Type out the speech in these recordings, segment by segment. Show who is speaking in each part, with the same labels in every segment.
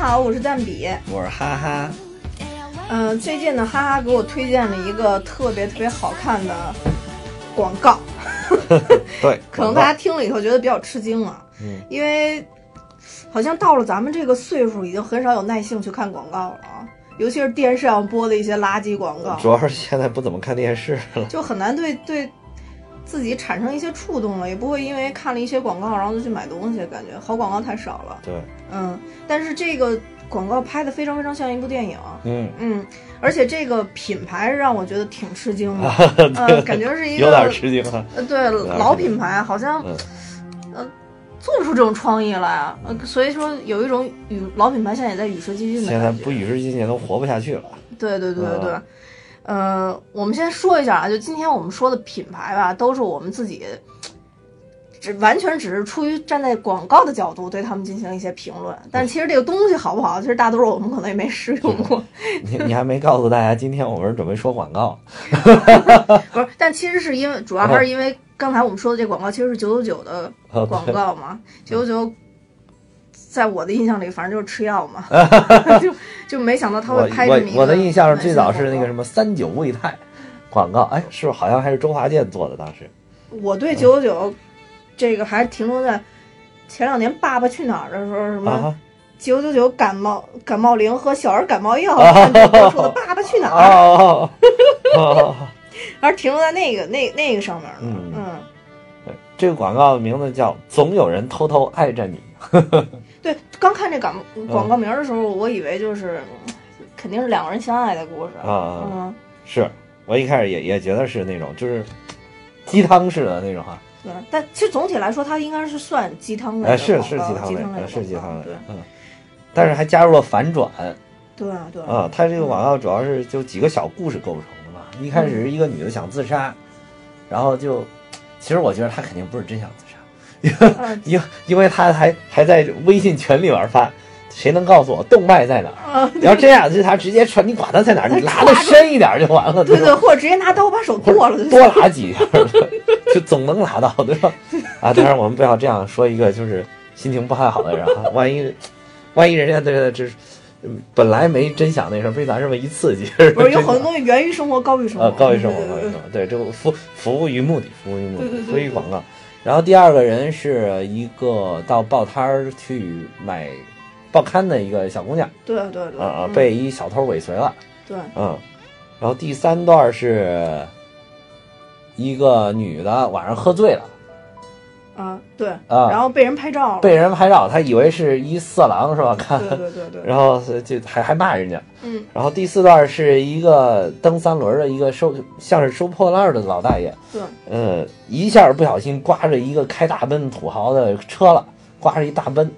Speaker 1: 好，我是蛋比。
Speaker 2: 我是哈哈，
Speaker 1: 嗯、最近呢，哈哈给我推荐了一个特别特别好看的广告，
Speaker 2: 对，
Speaker 1: 可能
Speaker 2: 广
Speaker 1: 大
Speaker 2: 告
Speaker 1: 家听了以后觉得比较吃惊了，
Speaker 2: 嗯
Speaker 1: 因为好像到了咱们这个岁数，已经很少有耐性去看广告了啊，尤其是电视上播的一些垃圾广告，
Speaker 2: 主要是现在不怎么看电视了，
Speaker 1: 就很难对对自己产生一些触动了，也不会因为看了一些广告然后就去买东西，感觉好广告太少了。
Speaker 2: 对，
Speaker 1: 嗯，但是这个广告拍的非常非常像一部电影，
Speaker 2: 嗯，
Speaker 1: 嗯，而且这个品牌让我觉得挺吃惊的，呃，感觉是一个
Speaker 2: 啊嗯有点吃惊啊，
Speaker 1: 呃对
Speaker 2: 点
Speaker 1: 老
Speaker 2: 吃惊
Speaker 1: 品牌，好像呃
Speaker 2: 嗯，
Speaker 1: 做不出这种创意来啊，呃，所以说有一种与老品牌现在也在与时俱进的
Speaker 2: 现在
Speaker 1: 感
Speaker 2: 不
Speaker 1: 觉，
Speaker 2: 与时俱进都活不下去了，
Speaker 1: 对对对对对
Speaker 2: 嗯。
Speaker 1: 呃，我们先说一下啊，就今天我们说的品牌吧，都是我们自己，只完全只是出于站在广告的角度对他们进行一些评论。但其实这个东西好不好，其实大多数我们可能也没使用过。
Speaker 2: 你你还没告诉大家，今天我们是准备说广告，
Speaker 1: 不是，但其实是因为主要还是因为刚才我们说的这广告其实是九九九的
Speaker 2: 呃
Speaker 1: 广告嘛，九九九，在我的印象里反正就是吃药 嘛，就就没想到他
Speaker 2: 我
Speaker 1: 会拍这么一
Speaker 2: 我
Speaker 1: 个
Speaker 2: 我的印象是最早是那
Speaker 1: 暖
Speaker 2: 个什
Speaker 1: 心
Speaker 2: 么三九胃泰广告，哎，是不是好像还是周华健做的？当时
Speaker 1: 广告，我对九九九这个还停留在前两年《爸爸去哪儿》的时候，什
Speaker 2: 啊
Speaker 1: 么
Speaker 2: 哈，
Speaker 1: 九九九感冒感冒灵和小儿感冒药
Speaker 2: 啊
Speaker 1: 看着播出的《爸爸去哪
Speaker 2: 哦
Speaker 1: 儿》，
Speaker 2: 哦哦哦哦，
Speaker 1: 而停留在那个那那个上面了，
Speaker 2: 嗯
Speaker 1: 嗯。
Speaker 2: 这个广告的名字叫《总有人偷偷爱着你》，
Speaker 1: 对，刚看这广
Speaker 2: 嗯
Speaker 1: 广告名儿的时候，我以为就是嗯肯定是两个人相爱的故事
Speaker 2: 啊啊
Speaker 1: 嗯，
Speaker 2: 是我一开始也也觉得是那种就是鸡汤式的那种啊，
Speaker 1: 对。但其实总体来说，它应该是算鸡汤类
Speaker 2: 哎，
Speaker 1: 的
Speaker 2: 是
Speaker 1: 广
Speaker 2: 是
Speaker 1: 告
Speaker 2: 鸡
Speaker 1: 鸡
Speaker 2: 汤
Speaker 1: 汤类
Speaker 2: 类，
Speaker 1: 的，
Speaker 2: 是鸡汤类
Speaker 1: 对，
Speaker 2: 嗯，但是还加入了反转
Speaker 1: 对啊，对啊，
Speaker 2: 啊，它这个广告主要是就几个小故事构成的嘛，一开始是一个女的想自杀，然后就，其实我觉得她肯定不是真想自杀，
Speaker 1: 嗯
Speaker 2: 因因为她还还在微信群里边发，谁能告诉我动脉在哪儿？
Speaker 1: 啊，
Speaker 2: 你要这样，就她直接传，你管她在哪儿，你拉的深一点就完了，
Speaker 1: 对
Speaker 2: 吧
Speaker 1: 对，或者直接拿刀把手剁了就行。
Speaker 2: 多拉几下 儿，就总能拉到，对吧？啊，当然我们不要这样说一个就是心情不太好的人 啊，万一万一人家对他这是嗯本来没真想那事儿，被咱这么一刺激，
Speaker 1: 不是有
Speaker 2: 真
Speaker 1: 很多
Speaker 2: 想
Speaker 1: 东西源于生活，高于生活，
Speaker 2: 呃高于生活，
Speaker 1: 对
Speaker 2: 高
Speaker 1: 对
Speaker 2: 于
Speaker 1: 对
Speaker 2: 生活，对，这个服服务于目的，服务于目
Speaker 1: 对对对
Speaker 2: 的，服务于广告。然后第二个人是一个到报摊儿去买报刊的一个小姑娘，
Speaker 1: 对对对
Speaker 2: 啊啊，
Speaker 1: 嗯
Speaker 2: 被一小偷尾随了。
Speaker 1: 对
Speaker 2: 嗯，然后第三段是一个女的晚上喝醉了，
Speaker 1: 啊对，
Speaker 2: 啊
Speaker 1: 然后被人拍照了，
Speaker 2: 被人拍照，她以为是一色狼是吧？看，
Speaker 1: 对对对对，
Speaker 2: 然后就还还骂人家。
Speaker 1: 嗯，
Speaker 2: 然后第四段是一个蹬三轮的一个收像是收破烂的老大爷，
Speaker 1: 对
Speaker 2: 嗯，一下不小心刮着一个开大奔土豪的车了，刮着一大奔，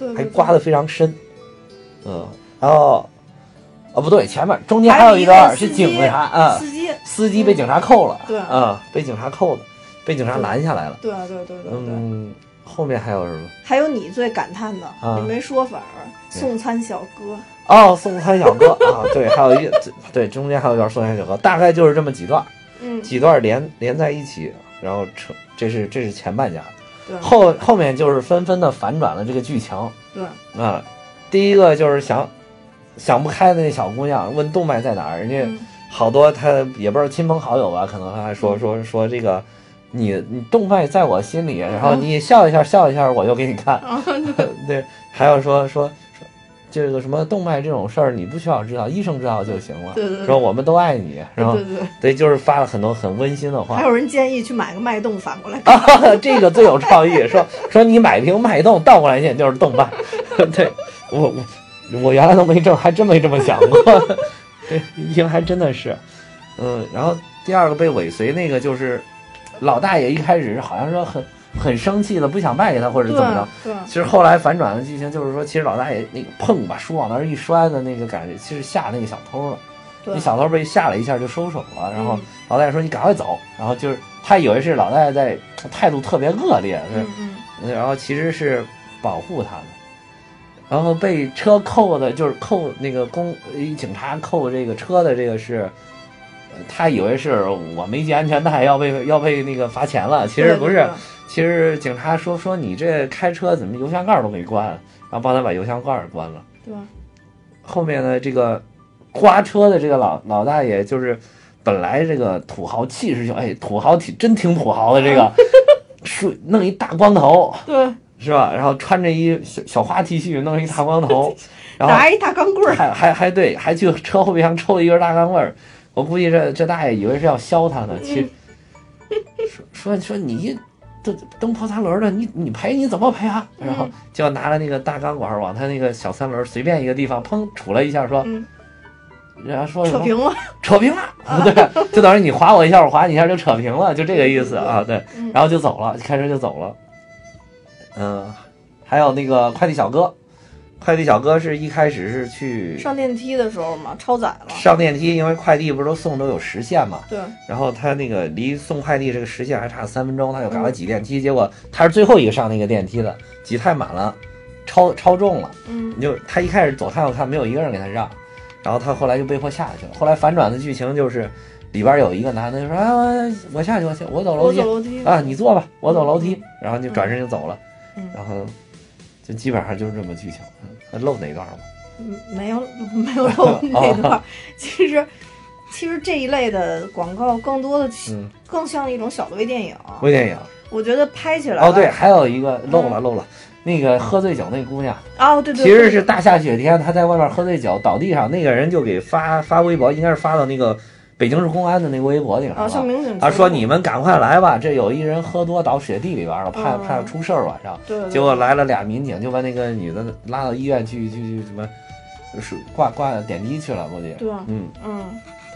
Speaker 1: 对，
Speaker 2: 还
Speaker 1: 对
Speaker 2: 刮得非常深，嗯，然后。哦，不对，前面中间
Speaker 1: 还
Speaker 2: 还有一段
Speaker 1: 个
Speaker 2: 是
Speaker 1: 司
Speaker 2: 警
Speaker 1: 机
Speaker 2: 察啊，
Speaker 1: 司机，
Speaker 2: 司机被警察扣了，
Speaker 1: 对
Speaker 2: 啊，被警察扣的，被警察拦下来了。
Speaker 1: 对对对对对。
Speaker 2: 嗯，后面还有什么？
Speaker 1: 还有你最感叹的，
Speaker 2: 啊嗯
Speaker 1: 你没说反而送餐小哥，
Speaker 2: 哦，送餐小哥 啊，对，还有一对中间还有一段送餐小哥，大概就是这么几段，
Speaker 1: 嗯，
Speaker 2: 几段连连在一起，然后成这是这是前半家，
Speaker 1: 对
Speaker 2: 后后面就是纷纷的反转了这个剧情
Speaker 1: 对
Speaker 2: 啊。第一个就是想想不开的那小姑娘问动脉在哪儿，人家、
Speaker 1: 嗯
Speaker 2: 好多他也不知道亲朋好友吧，可能他还说说说这个，你你动脉在我心里，然
Speaker 1: 嗯
Speaker 2: 后你笑一下笑一下，我就给你看。
Speaker 1: 哦
Speaker 2: 对，还有说说说这个什么动脉这种事儿，你不需要知道，医生知道就行了。
Speaker 1: 对对对
Speaker 2: 说我们都爱你，啊然后
Speaker 1: 对对对，
Speaker 2: 对，就是发了很多很温馨的话
Speaker 1: 还。有人建议去买个脉动，反过来看，
Speaker 2: 啊， 这个最有创意，说说你买瓶脉动，倒过来念就是动脉。 对我我我原来都没这么还真没这么想过， 对，因为还真的是，嗯，然后第二个被尾随那个就是老大爷，一开始好像说很很生气的，不想卖给他或者
Speaker 1: 对
Speaker 2: 怎么着。
Speaker 1: 对
Speaker 2: 其实后来反转的剧情就是说，其实老大爷那个碰把书往那儿一摔的那个感觉，其实吓那个小偷了。
Speaker 1: 对，
Speaker 2: 那小偷被吓了一下就收手了，然后
Speaker 1: 嗯
Speaker 2: 老大爷说你赶快走，然后就是他以为是老大爷在态度特别恶劣，
Speaker 1: 嗯嗯，
Speaker 2: 嗯然后其实是保护他们，然后被车扣的，就是扣那个公呃一警察扣这个车的这个是。呃他以为是我没系安全带，要被要被那个罚钱了，其实
Speaker 1: 对
Speaker 2: 不是，，其实警察说说你这开车怎么油箱盖儿都没关，然后帮他把油箱盖儿关了，
Speaker 1: 对吧？
Speaker 2: 后面呢，这个刮车的这个老老大爷，就是本来这个土豪气势就，哎，土豪挺真挺土豪的这个， 梳弄一大光头
Speaker 1: 对，
Speaker 2: 是吧？然后穿着一小小花 T 恤，弄一大光头，然后
Speaker 1: 打一大钢棍儿，
Speaker 2: 还还还对，还去车后备箱抽了一根大钢棍儿。我估计这这大爷以为是要削他呢，其实 说说说你这蹬破三轮儿的，你你赔你怎么赔啊？然后
Speaker 1: 嗯
Speaker 2: 就拿了那个大钢管儿往他那个小三轮儿随便一个地方砰杵了一下，说，
Speaker 1: 嗯
Speaker 2: 然后说什
Speaker 1: 扯
Speaker 2: 么
Speaker 1: 平了。
Speaker 2: 扯平了，
Speaker 1: 啊
Speaker 2: 对，就等于你划我一下，我划你一下就扯平了，就这个意思啊，对
Speaker 1: 嗯，
Speaker 2: 然后就走了，开车就走了。嗯，还有那个快递小哥，快递小哥是一开始是去
Speaker 1: 上电梯的时候嘛，超载了。
Speaker 2: 上电梯，因为快递不是都送都有时限嘛，
Speaker 1: 对，
Speaker 2: 然后他那个离送快递这个时限还差三分钟，他就赶
Speaker 1: 嗯
Speaker 2: 快挤电梯，结果他是最后一个上那个电梯的，挤太满了，超超重了，
Speaker 1: 嗯，
Speaker 2: 你就他一开始左看右看，没有一个人给他让，然后他后来就被迫下去了。后来反转的剧情就是，里边有一个男的就说啊，我我下去，我下我走楼
Speaker 1: 我
Speaker 2: 梯
Speaker 1: 走楼梯
Speaker 2: 啊，你坐吧，我走楼梯，然后就转身就走了
Speaker 1: 嗯，
Speaker 2: 然后就基本上就是这么剧情。嗯漏哪段了？
Speaker 1: 嗯没有 没有漏那段
Speaker 2: 哦
Speaker 1: 儿。 其实其实这一类的广告更多的
Speaker 2: 嗯，
Speaker 1: 更像一种小的微电影，
Speaker 2: 微电影
Speaker 1: 我觉得拍起来
Speaker 2: 哦，对，
Speaker 1: 吧
Speaker 2: 还有一个
Speaker 1: 嗯
Speaker 2: 漏了漏了，那个喝醉酒那姑娘。
Speaker 1: 哦对对，
Speaker 2: 其实
Speaker 1: 对
Speaker 2: 是大下雪天，他在外面喝醉酒倒地上，那个人就给发发微博，应该是发到那个北京市公安的那个微博顶
Speaker 1: 啊，
Speaker 2: 上
Speaker 1: 像
Speaker 2: 了。
Speaker 1: 民警
Speaker 2: 他
Speaker 1: 局
Speaker 2: 说：“
Speaker 1: 嘛
Speaker 2: 你们赶快来吧，这有一人喝多倒雪地里边了，怕
Speaker 1: 嗯
Speaker 2: 怕出事儿晚上。
Speaker 1: 对，”对
Speaker 2: 结果来了俩民警，就把那个女的拉到医院去去去什么，是挂挂点滴去了，估计。
Speaker 1: 对啊
Speaker 2: 嗯，
Speaker 1: 嗯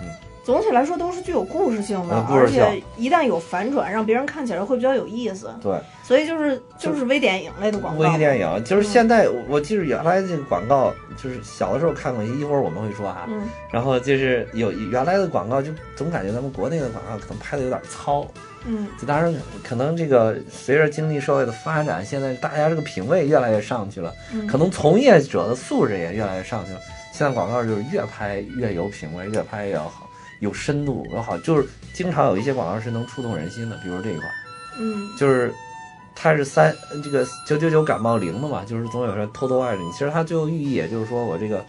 Speaker 2: 嗯。
Speaker 1: 总体来说都是具有故事性的，
Speaker 2: 嗯故
Speaker 1: 而
Speaker 2: 事性
Speaker 1: 且一旦有反转，让别人看起来会比较有意思。
Speaker 2: 对，
Speaker 1: 所以就是就是微电影类的广告，
Speaker 2: 微电影就是现在，我我记得原来这个广告，就是小的时候看过，一会儿我们会说啊。
Speaker 1: 嗯，
Speaker 2: 然后就是有原来的广告，就总感觉咱们国内的广告可能拍的有点糙，
Speaker 1: 嗯
Speaker 2: 就当然可能这个随着经济社会的发展，现在大家这个品味越来越上去了，
Speaker 1: 嗯，
Speaker 2: 可能从业者的素质也越来越上去了。现在广告就是越拍越有品味，越拍越好，有深度也好，就是经常有一些广告是能触动人心的，比如这一款，
Speaker 1: 嗯
Speaker 2: 就是。它是三这个九九九感冒灵的嘛，就是总有人偷偷爱着你。其实它最后寓意也就是说我这个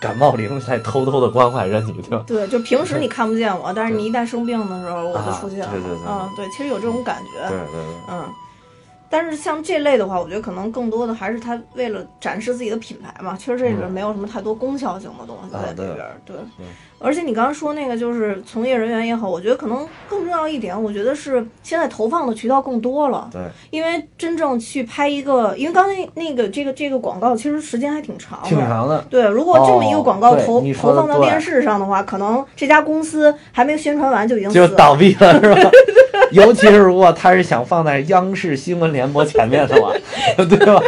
Speaker 2: 感冒灵在偷偷的关怀着你，对吧？
Speaker 1: 对，就平时你看不见我，但是你一旦生病的时候，我就
Speaker 2: 啊
Speaker 1: 出现了。
Speaker 2: 对对对
Speaker 1: 嗯，对，其实有这种感觉。
Speaker 2: 对对对。
Speaker 1: 嗯，但是像这类的话，我觉得可能更多的还是他为了展示自己的品牌嘛。其实这里边
Speaker 2: 嗯
Speaker 1: 没有什么太多功效性的东西
Speaker 2: 啊
Speaker 1: 在里
Speaker 2: 对
Speaker 1: 边儿。对
Speaker 2: 嗯
Speaker 1: 而且你刚刚说那个就是从业人员也好，我觉得可能更重要一点，我觉得是现在投放的渠道更多了。
Speaker 2: 对，
Speaker 1: 因为真正去拍一个，因为刚才那个这个这个广告其实时间还挺长的，
Speaker 2: 挺长的，
Speaker 1: 对，如果这么一个广告
Speaker 2: 哦对
Speaker 1: 投、
Speaker 2: 你说
Speaker 1: 投
Speaker 2: 得
Speaker 1: 放到
Speaker 2: 对
Speaker 1: 电视上的话，可能这家公司还没宣传完就已经死
Speaker 2: 就
Speaker 1: 了。
Speaker 2: 倒闭了，是啊吧？ 尤其是如果他是想放在央视新闻联播前面的话， 对吧？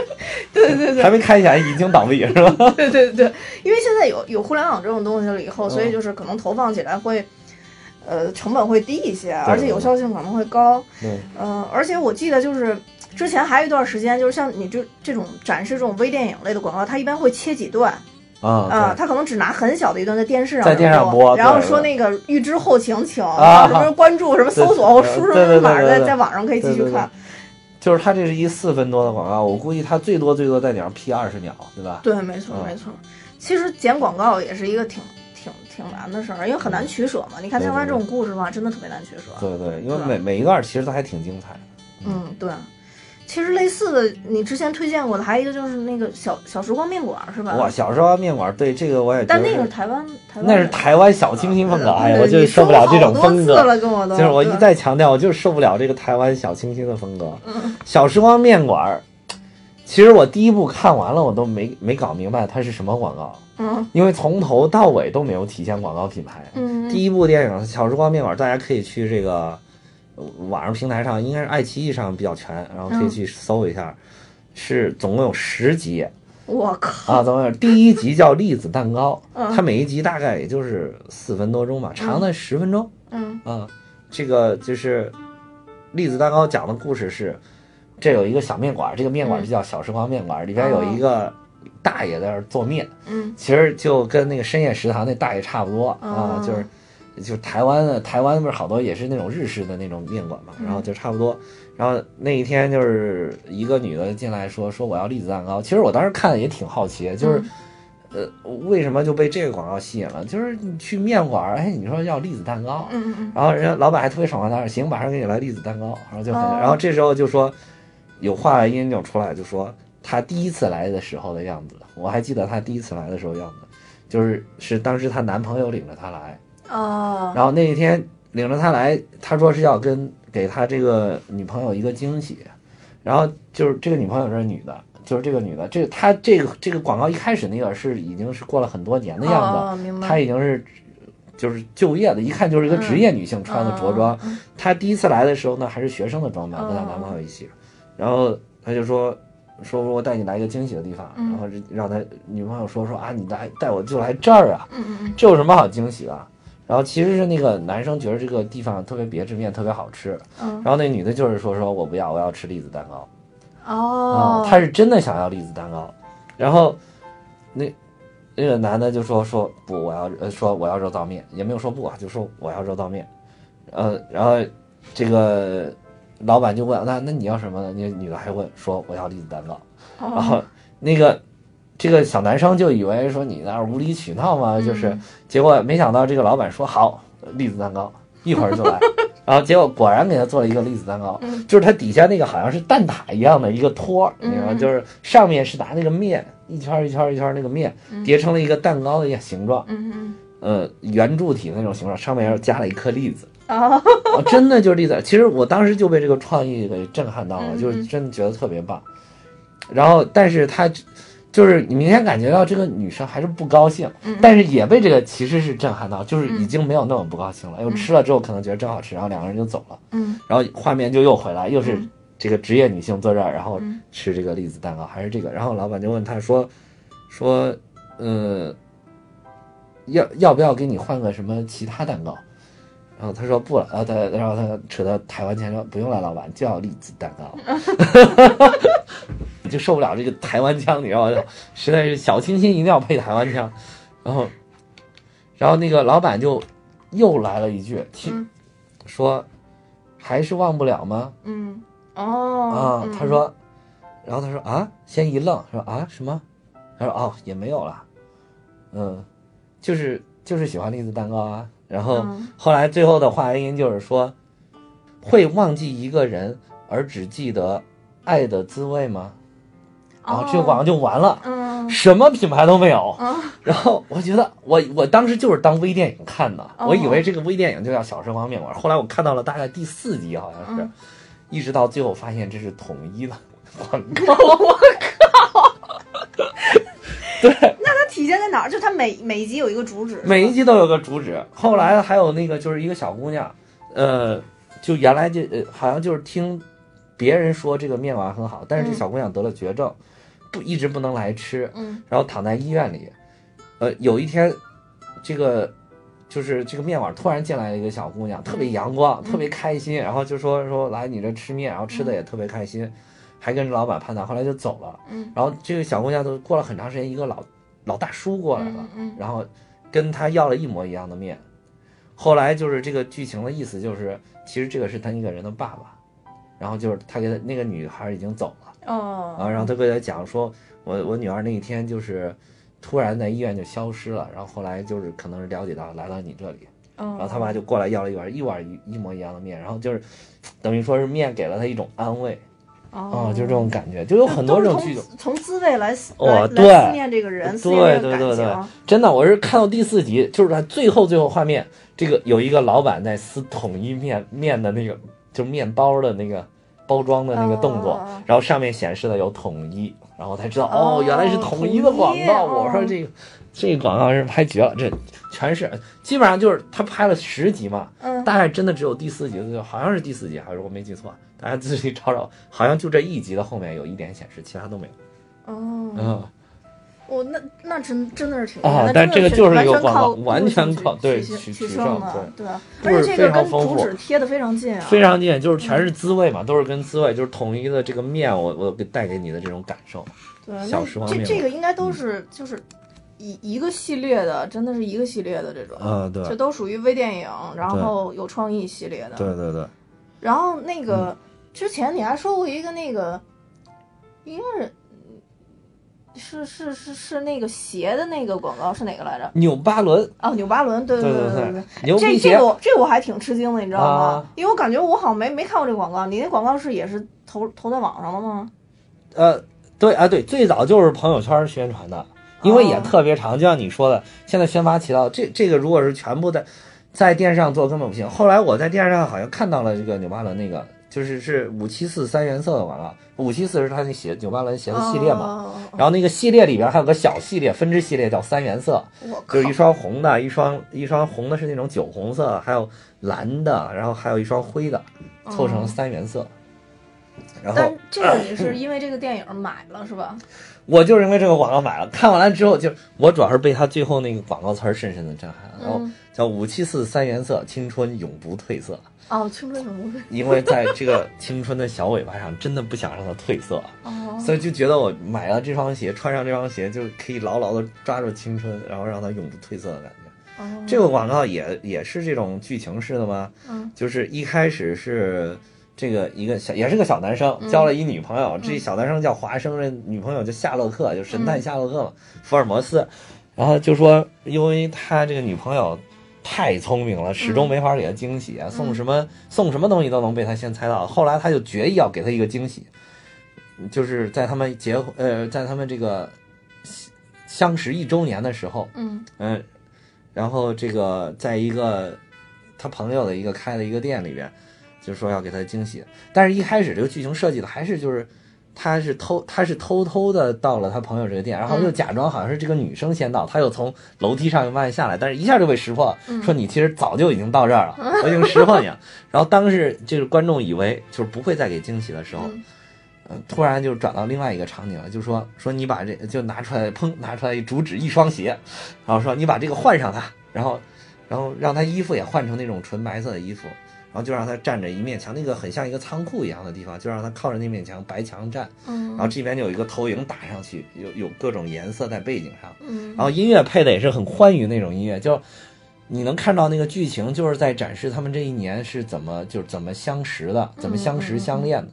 Speaker 1: 对对对
Speaker 2: 还没开起来已经倒闭，是吧？
Speaker 1: 对对对，因为现在有有互联网这种东西了以后，
Speaker 2: 嗯
Speaker 1: 所以就是可能投放起来会，呃，成本会低一些，啊
Speaker 2: 对嗯
Speaker 1: 而且有效性可能会高。
Speaker 2: 对，
Speaker 1: 嗯、而且我记得就是之前还有一段时间，就是像你这这种展示这种微电影类的广告，它一般会切几段。啊，
Speaker 2: 啊，
Speaker 1: 他可能只拿很小的一段在电视上
Speaker 2: 在电视上播
Speaker 1: 然后
Speaker 2: 对
Speaker 1: 说那个预知后情，请
Speaker 2: 啊
Speaker 1: 什么关注什么搜索，
Speaker 2: 对对对
Speaker 1: 输入什么码，
Speaker 2: 对对对
Speaker 1: 在
Speaker 2: 对
Speaker 1: 在网上可以继续
Speaker 2: 对对
Speaker 1: 看。
Speaker 2: 就是他这是一四分多的广告，我估计他最多最多在顶上 P 二十秒，对吧？
Speaker 1: 对，没错
Speaker 2: 嗯
Speaker 1: 没错。其实剪广告也是一个挺挺挺难的事儿，因为很难取舍嘛。你看
Speaker 2: 嗯对对
Speaker 1: 像他这种故事嘛，真的特别难取舍。
Speaker 2: 对对，因为
Speaker 1: 对
Speaker 2: 每每一段其实都还挺精彩的。
Speaker 1: 嗯，对。其实类似的，你之前推荐过的还有一个就是那个小小时光面馆儿是
Speaker 2: 我
Speaker 1: 吧？
Speaker 2: 小时候面馆，对这个我也觉
Speaker 1: 但
Speaker 2: 得
Speaker 1: 那个是
Speaker 2: 是
Speaker 1: 台湾台湾呃
Speaker 2: 那是
Speaker 1: 的
Speaker 2: 台湾小清新风格，哎呀，我
Speaker 1: 对
Speaker 2: 就
Speaker 1: 你
Speaker 2: 受不了这种
Speaker 1: 说好多
Speaker 2: 风
Speaker 1: 次
Speaker 2: 格。
Speaker 1: 了，跟我都
Speaker 2: 就是我一
Speaker 1: 对
Speaker 2: 再强调，我就是受不了这个台湾小清新的风格。
Speaker 1: 嗯
Speaker 2: 小时光面馆儿，其实我第一部看完了，我都没没搞明白它是什么广告，
Speaker 1: 嗯
Speaker 2: 因为从头到尾都没有体现广告品牌。
Speaker 1: 嗯
Speaker 2: 第一部电影《小时光面馆》，大家可以去这个呃网上平台上，应该是爱奇艺上比较全，然后可以
Speaker 1: 嗯
Speaker 2: 去搜一下。是总共有十集
Speaker 1: 我靠，
Speaker 2: 啊，总共有第一集叫栗子蛋糕，
Speaker 1: 嗯
Speaker 2: 它每一集大概也就是四分多钟吧，长的十分钟。
Speaker 1: 嗯
Speaker 2: 啊，这个就是栗子蛋糕讲的故事是，这有一个小面馆，这个面
Speaker 1: 嗯
Speaker 2: 馆就叫小时光面馆，里边有一个大爷在那儿做面，
Speaker 1: 嗯
Speaker 2: 其实就跟那个深夜食堂那大爷差不多
Speaker 1: 哦
Speaker 2: 啊，就是就是台湾的台湾不是好多也是那种日式的那种面馆嘛，
Speaker 1: 嗯
Speaker 2: 然后就差不多。然后那一天就是一个女的进来说说我要栗子蛋糕，其实我当时看的也挺好奇，就是
Speaker 1: 嗯
Speaker 2: 呃，为什么就被这个广告吸引了？就是你去面馆儿，哎，你说要栗子蛋糕，
Speaker 1: 嗯嗯
Speaker 2: 然后人家老板还特别爽快，他说行，马上给你来栗子蛋糕，然后就很，
Speaker 1: 哦
Speaker 2: 然后这时候就说有话外音就出来，就说他第一次来的时候的样子，我还记得他第一次来的时候样子，就是是当时她男朋友领着她来，
Speaker 1: 嗯，哦，
Speaker 2: 然后那一天领着她来，他说是要跟给他这个女朋友一个惊喜，然后就是这个女朋友是女的。就是这个女的，这她这个这个广告一开始那个是已经是过了很多年的样子，
Speaker 1: 哦，明白，
Speaker 2: 她已经是就是就业的，一看就是一个职业女性穿的着装。她第一次来的时候呢，还是学生的装扮，
Speaker 1: 嗯
Speaker 2: 跟她男朋友一起。然后她就说说我带你来一个惊喜的地方，
Speaker 1: 嗯
Speaker 2: 然后让她女朋友说说啊，你来带我就来这儿啊，
Speaker 1: 嗯嗯嗯，
Speaker 2: 这有什么好惊喜啊？然后其实是那个男生觉得这个地方特别别致，面特别好吃。
Speaker 1: 嗯
Speaker 2: 然后那女的就是说说我不要，我要吃栗子蛋糕。啊，
Speaker 1: 哦，
Speaker 2: 他是真的想要栗子蛋糕，然后那那个男的就说说不，我要呃说我要肉燥面，也没有说不啊，就说我要肉燥面，呃，然后这个老板就问那那你要什么呢？那女的还问说我要栗子蛋糕，然
Speaker 1: 哦
Speaker 2: 后那个这个小男生就以为说你那儿无理取闹嘛，就是，
Speaker 1: 嗯
Speaker 2: 结果没想到这个老板说好栗子蛋糕，一会儿就 来，然后结果果然给他做了一个栗子蛋糕，
Speaker 1: 嗯
Speaker 2: 就是它底下那个好像是蛋挞一样的一个托儿，你知道吗，
Speaker 1: 嗯
Speaker 2: 就是上面是拿那个面一圈儿一圈儿一圈儿那个面
Speaker 1: 嗯
Speaker 2: 叠成了一个蛋糕的一个形状，
Speaker 1: 嗯嗯
Speaker 2: 呃，圆柱体那种形状，上面又加了一颗栗子，
Speaker 1: 嗯， 哦，
Speaker 2: 哦，真的就是栗子。其实我当时就被这个创意给震撼到了，
Speaker 1: 嗯
Speaker 2: 就是真的觉得特别棒。然后，但是他就是你明显感觉到这个女生还是不高兴，
Speaker 1: 嗯
Speaker 2: 但是也被这个其实是震撼到，就是
Speaker 1: 嗯
Speaker 2: 已经没有那么不高兴了。又吃了之后可能觉得真好吃，然后两个人就走了。
Speaker 1: 嗯
Speaker 2: 然后画面就又回来，又是
Speaker 1: 嗯
Speaker 2: 这个职业女性坐这儿，然后
Speaker 1: 嗯
Speaker 2: 吃这个栗子蛋糕，还是这个。然后老板就问他说：“说，呃，要要不要给你换个什么其他蛋糕？”然后他说不了，然后他然后他扯到台湾腔说不用了，老板就要栗子蛋糕， 我就受不了这个台湾腔，你知道吗？ 实在是小清新一定要配台湾腔，然后然后那个老板就又来了一句，听、
Speaker 1: 嗯
Speaker 2: 说还是忘不了吗？
Speaker 1: 嗯，哦，
Speaker 2: 啊，
Speaker 1: 嗯
Speaker 2: 他，说，然后他说啊，先一愣，说啊什么？他说哦也没有啦，嗯，就是就是喜欢栗子蛋糕啊。然后
Speaker 1: 嗯
Speaker 2: 后来最后的话外音就是说，会忘记一个人而只记得爱的滋味吗？然后啊这个广告就完了，
Speaker 1: 哦 嗯
Speaker 2: 什么品牌都没有。
Speaker 1: 嗯
Speaker 2: 然后我觉得我我当时就是当微电影看的，
Speaker 1: 哦
Speaker 2: 我以为这个微电影就叫《小时光面馆》，后来我看到了大概第四集，好像是，
Speaker 1: 嗯
Speaker 2: 一直到最后发现这是统一的广告。
Speaker 1: 它体现在哪儿？就它每每一集有一个主旨，
Speaker 2: 每一集都有个主旨。后来还有那个就是一个小姑娘，呃，就原来就呃好像就是听别人说这个面馆很好，但是
Speaker 1: 嗯
Speaker 2: 这小姑娘得了绝症，不一直不能来吃，
Speaker 1: 嗯
Speaker 2: 然后躺在医院里。呃，有一天，这个就是这个面馆突然进来了一个小姑娘，特别阳光，特别开心，然后就说说来你这吃面，然后吃的也特别开心，还跟着老板攀谈，后来就走了。
Speaker 1: 嗯
Speaker 2: 然后这个小姑娘都过了很长时间，一个老老大叔过来了，
Speaker 1: 嗯
Speaker 2: 然后跟他要了一模一样的面。后来就是这个剧情的意思就是，其实这个是他那个人的爸爸，然后就是他给他那个女孩已经走了，
Speaker 1: 嗯，哦，
Speaker 2: 然啊后然后他给他讲说，我我女儿那一天就是突然在医院就消失了，然后后来就是可能是了解到来到你这里，
Speaker 1: 然
Speaker 2: 然后他妈就过来要了一碗一碗一一模一样的面，然后就是等于说是面给了他一种安慰啊、
Speaker 1: 哦，
Speaker 2: 就是这种感觉，就有很多这种剧种。
Speaker 1: 从从滋味来
Speaker 2: 哦
Speaker 1: 来
Speaker 2: 对
Speaker 1: 来思念这个人，思念这个
Speaker 2: 对
Speaker 1: 感
Speaker 2: 对对
Speaker 1: 情，
Speaker 2: 真的，我是看到第四集，就是在最后最后画面，这个有一个老板在撕统一面面的那个，就是面包的那个包装的那个动作，
Speaker 1: 哦
Speaker 2: 然后上面显示的有统一，然后才知道哦
Speaker 1: 哦
Speaker 2: 原来是统一的广
Speaker 1: 统一
Speaker 2: 告。
Speaker 1: 哦
Speaker 2: 我说这个这个广告是拍绝了，这全是基本上就是他拍了十集嘛，
Speaker 1: 嗯
Speaker 2: 大概真的只有第四集，好像是第四集，还是我没记错，大家自己找找，好像就这一集的后面有一点显示，其他都没有。
Speaker 1: 哦，
Speaker 2: 嗯。
Speaker 1: 我那那真真的是挺厉害
Speaker 2: 啊
Speaker 1: 那
Speaker 2: 但
Speaker 1: 真的
Speaker 2: 这个就是
Speaker 1: 完
Speaker 2: 一个
Speaker 1: 全
Speaker 2: 广
Speaker 1: 靠
Speaker 2: 告完全靠对
Speaker 1: 取
Speaker 2: 取
Speaker 1: 取
Speaker 2: 取
Speaker 1: 胜
Speaker 2: 胜
Speaker 1: 的，对，
Speaker 2: 故
Speaker 1: 而
Speaker 2: 事
Speaker 1: 且这个
Speaker 2: 非常
Speaker 1: 跟
Speaker 2: 丰
Speaker 1: 主
Speaker 2: 富
Speaker 1: 旨贴的非常近啊，
Speaker 2: 非常近，就是全是滋味嘛，都是跟滋味，就是统一的这个面，我我给带给你的这种感受。
Speaker 1: 对，那
Speaker 2: 小时光
Speaker 1: 这
Speaker 2: 面嗯
Speaker 1: 这
Speaker 2: 嘛
Speaker 1: 个应该都是就是一一个系列的，真的是一个系列的这种，
Speaker 2: 啊，对
Speaker 1: 就都属于微电影，然后有创意系列的。
Speaker 2: 对嗯对，
Speaker 1: 然后那个之前你还说过一个那个，应该是是是是是那个鞋的那个广告是哪个来着？
Speaker 2: 纽巴伦，
Speaker 1: 哦，纽巴伦，对
Speaker 2: 对
Speaker 1: 对
Speaker 2: 对
Speaker 1: 对。
Speaker 2: 牛
Speaker 1: 这
Speaker 2: 皮
Speaker 1: 这
Speaker 2: 鞋
Speaker 1: 个我这个我还挺吃惊的，你知道吗？
Speaker 2: 啊
Speaker 1: 因为我感觉我好像没没看过这个广告。你那广告是也是投投在网上了吗？
Speaker 2: 呃，对啊，对，最早就是朋友圈宣传的，因为也
Speaker 1: 哦
Speaker 2: 特别长，就像你说的，现在宣发渠道，这这个如果是全部在在电视上做根本不行。后来我在电视上好像看到了这个纽巴伦那个，就是是五七四三原色的广告，五七四是他那鞋纽巴伦鞋的系列嘛，
Speaker 1: 哦？
Speaker 2: 然后那个系列里边还有个小系列分支系列叫三原色，
Speaker 1: 我靠
Speaker 2: 就是！一双红的，一双一双红的是那种酒红色，还有蓝的，然后还有一双灰的，
Speaker 1: 嗯
Speaker 2: 凑成三原色。然
Speaker 1: 哦
Speaker 2: 后
Speaker 1: 但 这个你是因为这个电影买了是吧？
Speaker 2: 我就是因为这个广告买了，看完了之后就我主要是被他最后那个广告词儿深深的震撼，然后
Speaker 1: 嗯，
Speaker 2: 叫五七四三原色，青春永不褪色。
Speaker 1: 哦，青春永不
Speaker 2: 因为在 这个青春的小尾巴上，真的不想让它褪色，
Speaker 1: 哦，
Speaker 2: 所以就觉得我买了这双鞋，穿上这双鞋就可以牢牢的抓住青春，然后让它永不褪色的感觉。
Speaker 1: 哦
Speaker 2: 这个广告也也是这种剧情式的吗？
Speaker 1: 嗯，
Speaker 2: 就是一开始是这个一个小也是个小男
Speaker 1: 嗯
Speaker 2: 生交了一女朋友，这小男生叫华生，这女朋友叫夏洛克，就神探夏洛克嘛，
Speaker 1: 嗯
Speaker 2: 福尔摩斯。然后就说，因为他这个女朋友太聪明了，始终没法给他惊喜，啊
Speaker 1: 嗯
Speaker 2: 送什么送什么东西都能被他先猜到。后来他就决意要给他一个惊喜，就是在他们结婚呃，在他们这个相识一周年的时候，
Speaker 1: 嗯
Speaker 2: 嗯，然后这个在一个他朋友的一个开的一个店里边，就说要给他惊喜，但是一开始这个剧情设计的还是就是他是偷他是偷偷的到了他朋友这个店，然后又假装好像是这个女生先到，他又从楼梯上又慢慢下来，但是一下就被识破了，说你其实早就已经到这儿了，我已经识破你了。然后当时就是观众以为就是不会再给惊喜的时候，
Speaker 1: 嗯
Speaker 2: 嗯，突然就转到另外一个场景了，就说说你把这就拿出来，砰，拿出来一主指一双鞋，然后说你把这个换上它，然后，然后让他衣服也换成那种纯白色的衣服，然后就让他站着一面墙，那个很像一个仓库一样的地方，就让他靠着那面墙白墙站，然后
Speaker 1: 嗯
Speaker 2: 这边就有一个投影打上去，有有各种颜色在背景上，
Speaker 1: 嗯
Speaker 2: 然后音乐配的也是很欢愉那种音乐，就你能看到那个剧情，就是在展示他们这一年是怎么就是怎么相识的，怎么相识相恋的，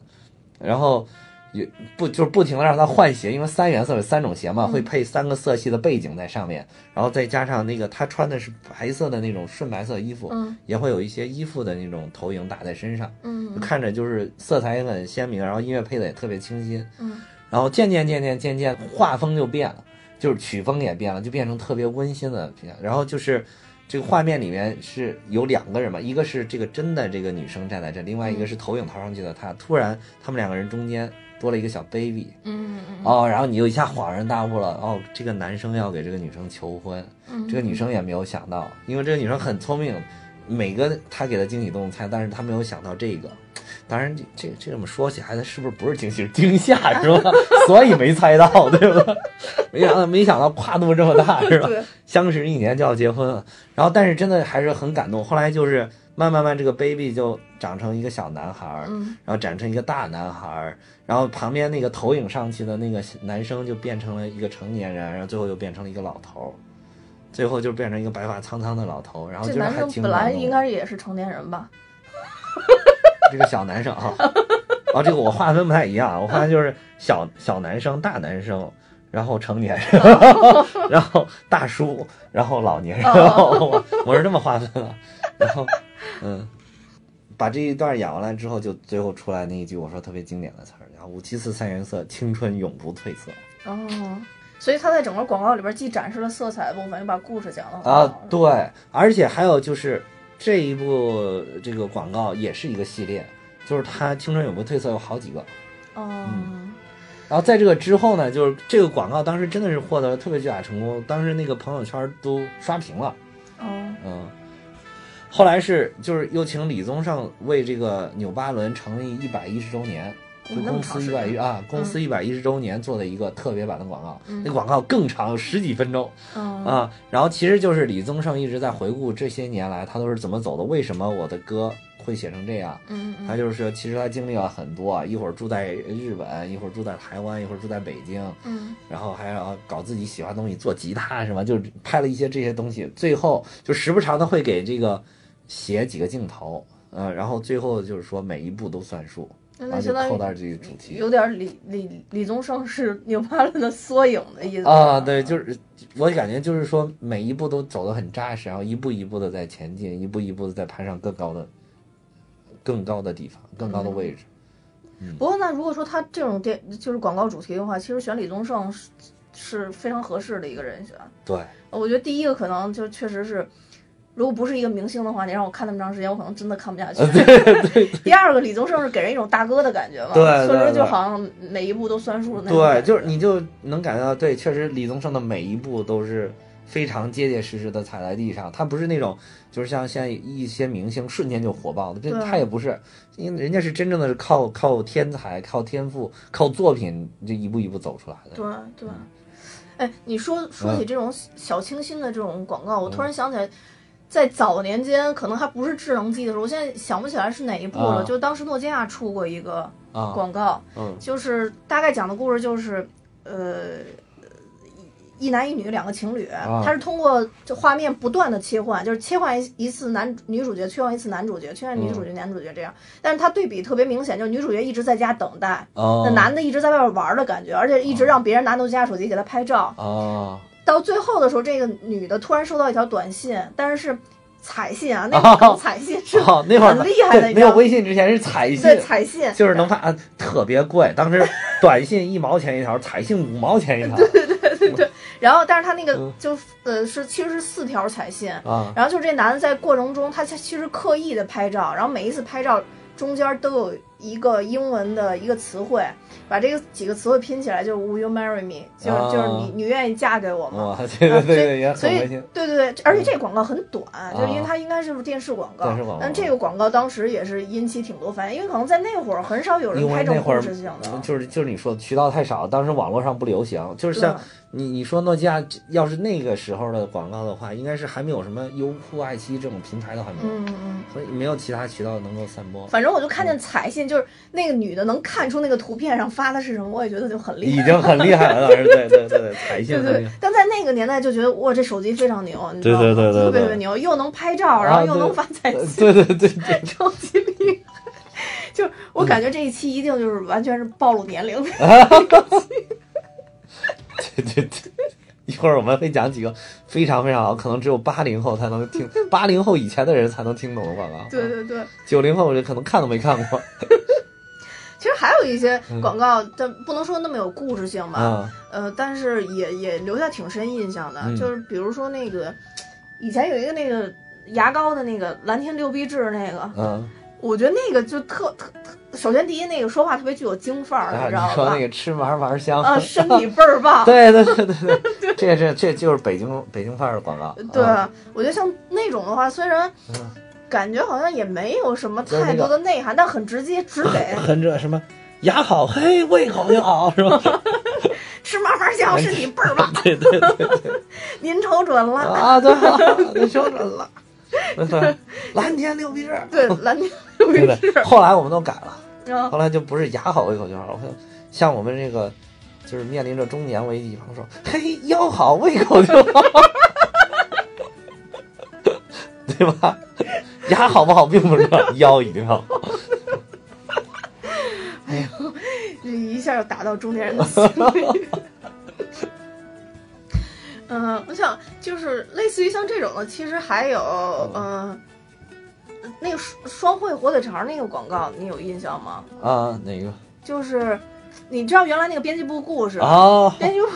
Speaker 2: 然后也不就是不停的让他换鞋，因为三原色有三种鞋嘛，会配三个色系的背景在上面，然后再加上那个他穿的是白色的那种顺白色衣服，
Speaker 1: 嗯
Speaker 2: 也会有一些衣服的那种投影打在身上，就
Speaker 1: 嗯
Speaker 2: 看着就是色彩也很鲜明，然后音乐配的也特别清新，
Speaker 1: 嗯，
Speaker 2: 然后渐渐渐渐渐渐画风就变了，就是曲风也变了，就变成特别温馨的片。然后就是这个画面里面是有两个人嘛，一个是这个真的这个女生站在这，另外一个是投影投上去的她。突然他们两个人中间多了一个小 baby，
Speaker 1: 嗯嗯
Speaker 2: 哦，然后你就一下恍然大悟了，哦，这个男生要给这个女生求婚，
Speaker 1: 嗯
Speaker 2: 这个女生也没有想到，因为这个女生很聪明，每个她给的惊喜都能猜，但是她没有想到这个。当然这，这这么说起来，她是不是不是惊喜，是惊吓是 吧？所以没猜到，对吧？没想到，没想到跨度这么 大是吧？
Speaker 1: 对，
Speaker 2: 相识一年就要结婚了，然后但是真的还是很感动。后来就是慢慢慢，这个 baby 就长成一个小男孩儿，
Speaker 1: 嗯
Speaker 2: 然后长成一个大男孩儿，然后旁边那个投影上去的那个男生就变成了一个成年人，然后最后又变成了一个老头儿，最后就变成一个白发苍苍的老头儿，然后
Speaker 1: 这
Speaker 2: 就是
Speaker 1: 男
Speaker 2: 还
Speaker 1: 生
Speaker 2: 挺
Speaker 1: 本来
Speaker 2: 感
Speaker 1: 应
Speaker 2: 动
Speaker 1: 该
Speaker 2: 的。
Speaker 1: 也是成年人吧？
Speaker 2: 这个小男生啊，啊，这个我划分不太一样，啊我划分就是小小男生、大男生。然后成年人， 然后大叔，然后老年人， 我我是这么划分的。然后，嗯，把这一段演完了之后，就最后出来那一句我说特别经典的词儿，然后五七四三原色，青春永不褪色
Speaker 1: 哦，所以他在整个广告里边既展示了色彩的部分，又把故事讲了
Speaker 2: 啊，对，而且还有就是这一部这个广告也是一个系列，就是它青春永不褪色有好几个。
Speaker 1: 哦，
Speaker 2: 嗯然后在这个之后呢，就是这个广告当时真的是获得了特别巨大成功，当时那个朋友圈都刷屏了。
Speaker 1: 哦，
Speaker 2: 嗯，后来是就是又请李宗盛为这个纽巴伦成立一百一十周年，就
Speaker 1: 哦那么
Speaker 2: 公
Speaker 1: 长
Speaker 2: 司
Speaker 1: 时
Speaker 2: 一百一
Speaker 1: 间
Speaker 2: 啊，公司一百一十周年做的一个特别版的广告，
Speaker 1: 嗯
Speaker 2: 那广告更长，有十几分钟
Speaker 1: 嗯
Speaker 2: 啊。然后其实就是李宗盛一直在回顾这些年来他都是怎么走的，为什么我的歌会写成这样。
Speaker 1: 嗯嗯
Speaker 2: 他就是说，其实他经历了很多啊，一会儿住在日本，一会儿住在台湾，一会儿住在北京，
Speaker 1: 嗯
Speaker 2: 然后还要搞自己喜欢的东西，做吉他什么， 就是拍了一些这些东西。最后就时不常的会给这个写几个镜头，呃，然后最后就是说每一步都算数，
Speaker 1: 嗯那
Speaker 2: 然后
Speaker 1: 就相
Speaker 2: 就
Speaker 1: 当
Speaker 2: 扣
Speaker 1: 于
Speaker 2: 到这个主题
Speaker 1: 有点李李李宗盛是 纽巴伦的缩影的意思
Speaker 2: 啊，对，就是我感觉就是说每一步都走得很扎实，然后一步一步的在前进，一步一步的在攀上更高的、更高的地方、更高的
Speaker 1: 嗯
Speaker 2: 位置。
Speaker 1: 不过，那如果说他这种电就是广告主题的话，其实选李宗盛是是非常合适的一个人选。
Speaker 2: 对，
Speaker 1: 我觉得第一个可能就确实是，如果不是一个明星的话，你让我看那么长时间，我可能真的看不下去。 第二个，李宗盛是给人一种大哥的感觉嘛，
Speaker 2: 对对
Speaker 1: 确实就
Speaker 2: 对
Speaker 1: 好像每一步都算数的那种
Speaker 2: 对，
Speaker 1: 感觉。
Speaker 2: 就是你就能感觉到，对，确实李宗盛的每一步都是非常结结实实的踩在地上，他不是那种就是像现在一些明星瞬间就火爆的，这
Speaker 1: 对
Speaker 2: 他也不是，因为人家是真正的是靠靠天才、靠天赋、靠作品这一步一步走出来的。
Speaker 1: 对对。哎，你说说
Speaker 2: 嗯
Speaker 1: 起这种小清新的这种广告，我突然想起来，在早年间可能还不是智能机的时候，我现在想不起来是哪一部了。
Speaker 2: 啊
Speaker 1: 就当时诺基亚出过一个
Speaker 2: 啊，
Speaker 1: 广告，
Speaker 2: 嗯
Speaker 1: 就是大概讲的故事就是，呃，一一男一女两个情侣，
Speaker 2: 啊
Speaker 1: 他是通过这画面不断的切换，就是切换一一次男女主角，切换一次男主角，切换女
Speaker 2: 嗯
Speaker 1: 主角、男主角这样。但是他对比特别明显，就是女主角一直在家等待，
Speaker 2: 哦，
Speaker 1: 那男的一直在外边玩的感觉，而且一直让别人拿诺基亚手机给他拍照。
Speaker 2: 哦，
Speaker 1: 到最后的时候，这个女的突然收到一条短信，但是是彩信啊，那个 搞彩信是
Speaker 2: 哦，那会儿
Speaker 1: 很厉害的
Speaker 2: 对
Speaker 1: 一
Speaker 2: 没
Speaker 1: 个
Speaker 2: 有微信之前是彩信
Speaker 1: 对，彩信，
Speaker 2: 就是能发、啊，特别贵。当时短信一毛钱一条，彩信五毛钱一 条
Speaker 1: 然后，但是他那个
Speaker 2: 嗯
Speaker 1: 就、呃是其实是四条彩信，
Speaker 2: 啊
Speaker 1: 然后就是这男的在过程中，他其其实刻意的拍照，然后每一次拍照中间都有一个英文的一个词汇，把这个几个词汇拼起来就是 “Will you marry me”，就是、
Speaker 2: 啊
Speaker 1: 就是你你愿意嫁给我吗？
Speaker 2: 哇，对对对对，也
Speaker 1: 啊所
Speaker 2: 很
Speaker 1: 以
Speaker 2: 温馨。
Speaker 1: 对对对，而且这广告很短，就是因为
Speaker 2: 啊
Speaker 1: 它应该是电视广告。
Speaker 2: 电视广告啊
Speaker 1: 但这个广告当时也是引起挺多反应，因为可能在那会儿很少有人
Speaker 2: 因
Speaker 1: 拍
Speaker 2: 为
Speaker 1: 这
Speaker 2: 那
Speaker 1: 种
Speaker 2: 会
Speaker 1: 故
Speaker 2: 儿嗯
Speaker 1: 事性的。
Speaker 2: 就是就是你说的渠道太少，当时网络上不流行。就是像
Speaker 1: 对
Speaker 2: 你你说诺基亚，要是那个时候的广告的话，应该是还没有什么优酷、爱奇艺这种平台都还没有，
Speaker 1: 嗯嗯，
Speaker 2: 所以没有其他渠道能够散播。
Speaker 1: 反正我就看见彩信，就是那个女的能看出那个图片上发的是什么，我也觉得就很厉害。
Speaker 2: 已经很厉害了，当时对对对对，彩信
Speaker 1: 对
Speaker 2: 很厉
Speaker 1: 对
Speaker 2: 害。，
Speaker 1: 但在那个年代就觉得哇，这手机非常牛，你知道吗？
Speaker 2: 对对对对
Speaker 1: 特别特
Speaker 2: 对
Speaker 1: 别牛，又能拍照，
Speaker 2: 啊
Speaker 1: 然后又
Speaker 2: 对
Speaker 1: 能发彩 信，
Speaker 2: 对对对对，
Speaker 1: 超级厉害。就是我感觉这一期一定就是完全是暴露年龄的，
Speaker 2: 对对对，一会儿我们会讲几个非常非常好，可能只有八零后才能听，八零后以前的人才能听懂的广告。
Speaker 1: 对，对对。
Speaker 2: 九零后我就可能看都没看过。
Speaker 1: 其实还有一些广告，但不能说那么有故事性吧，
Speaker 2: 嗯啊
Speaker 1: 呃，但是也也留下挺深印象的。
Speaker 2: 嗯
Speaker 1: 就是比如说那个，以前有一个那个牙膏的那个蓝天六必治那个，
Speaker 2: 嗯，
Speaker 1: 我觉得那个就特特特，首先第一那个说话特别具有京范儿，
Speaker 2: 啊，
Speaker 1: 你知
Speaker 2: 你
Speaker 1: 道吧
Speaker 2: 说？那个吃玩玩香，。
Speaker 1: 啊，身体倍儿棒
Speaker 2: 对对对对对，这这这就是北京北京范儿的广告。
Speaker 1: 对
Speaker 2: 啊，
Speaker 1: 我觉得像那种的话，虽然
Speaker 2: 嗯
Speaker 1: 感觉好像也没有什么
Speaker 2: 就是那
Speaker 1: 太
Speaker 2: 个
Speaker 1: 多的内涵，但很直接，直 给
Speaker 2: 很这什么牙好嘿，胃口就好，是吧？
Speaker 1: 吃嘛嘛香，身体倍儿棒。 对对对， 您瞅准了。
Speaker 2: 啊，对啊，你说准了。 对蓝天六必治，
Speaker 1: 对，蓝天六
Speaker 2: 对
Speaker 1: 必
Speaker 2: 对。
Speaker 1: 治。
Speaker 2: 后来我们都改了，
Speaker 1: 然后
Speaker 2: 后来就不是牙好胃口就好了，像我们这个就是面临着中年危机，比方说，嘿，腰好胃口就好， 对吧？牙好不好并不重要， 腰一定要好。
Speaker 1: 这一下就打到中年人的心里。嗯，我想就是类似于像这种的，其实还有嗯、呃那个双双汇火腿肠那个广告，你有印象吗？
Speaker 2: 啊，哪个？
Speaker 1: 就是你知道原来那个编辑部故事，
Speaker 2: 啊，
Speaker 1: 编辑部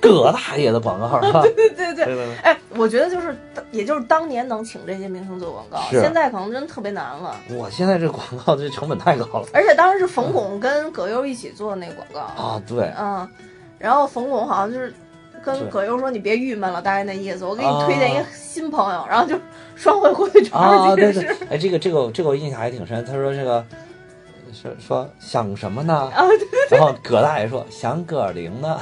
Speaker 2: 葛大爷的广告啊！
Speaker 1: 哎对对对
Speaker 2: 对，对
Speaker 1: 哎，我觉得就是，也就是当年能请这些明星做广告，
Speaker 2: 是
Speaker 1: 现在可能真特别难了。
Speaker 2: 对，我现在这广告这成本太高了
Speaker 1: 而且当时是冯巩跟葛优一起做的那个广告，
Speaker 2: 啊！对，
Speaker 1: 嗯，然后冯巩好像就是跟
Speaker 2: 是
Speaker 1: 葛优说：“你别郁闷了”，大概那意思。我给你
Speaker 2: 啊
Speaker 1: 推荐一个新朋友， 然后就双汇火腿肠
Speaker 2: 啊，
Speaker 1: 儿， 其
Speaker 2: 对
Speaker 1: 实
Speaker 2: 对
Speaker 1: 是，
Speaker 2: 哎，这个这个这个我印象还挺深。他说这个，说说想什么呢？
Speaker 1: 啊，对
Speaker 2: 然后葛大爷说想葛玲 呢，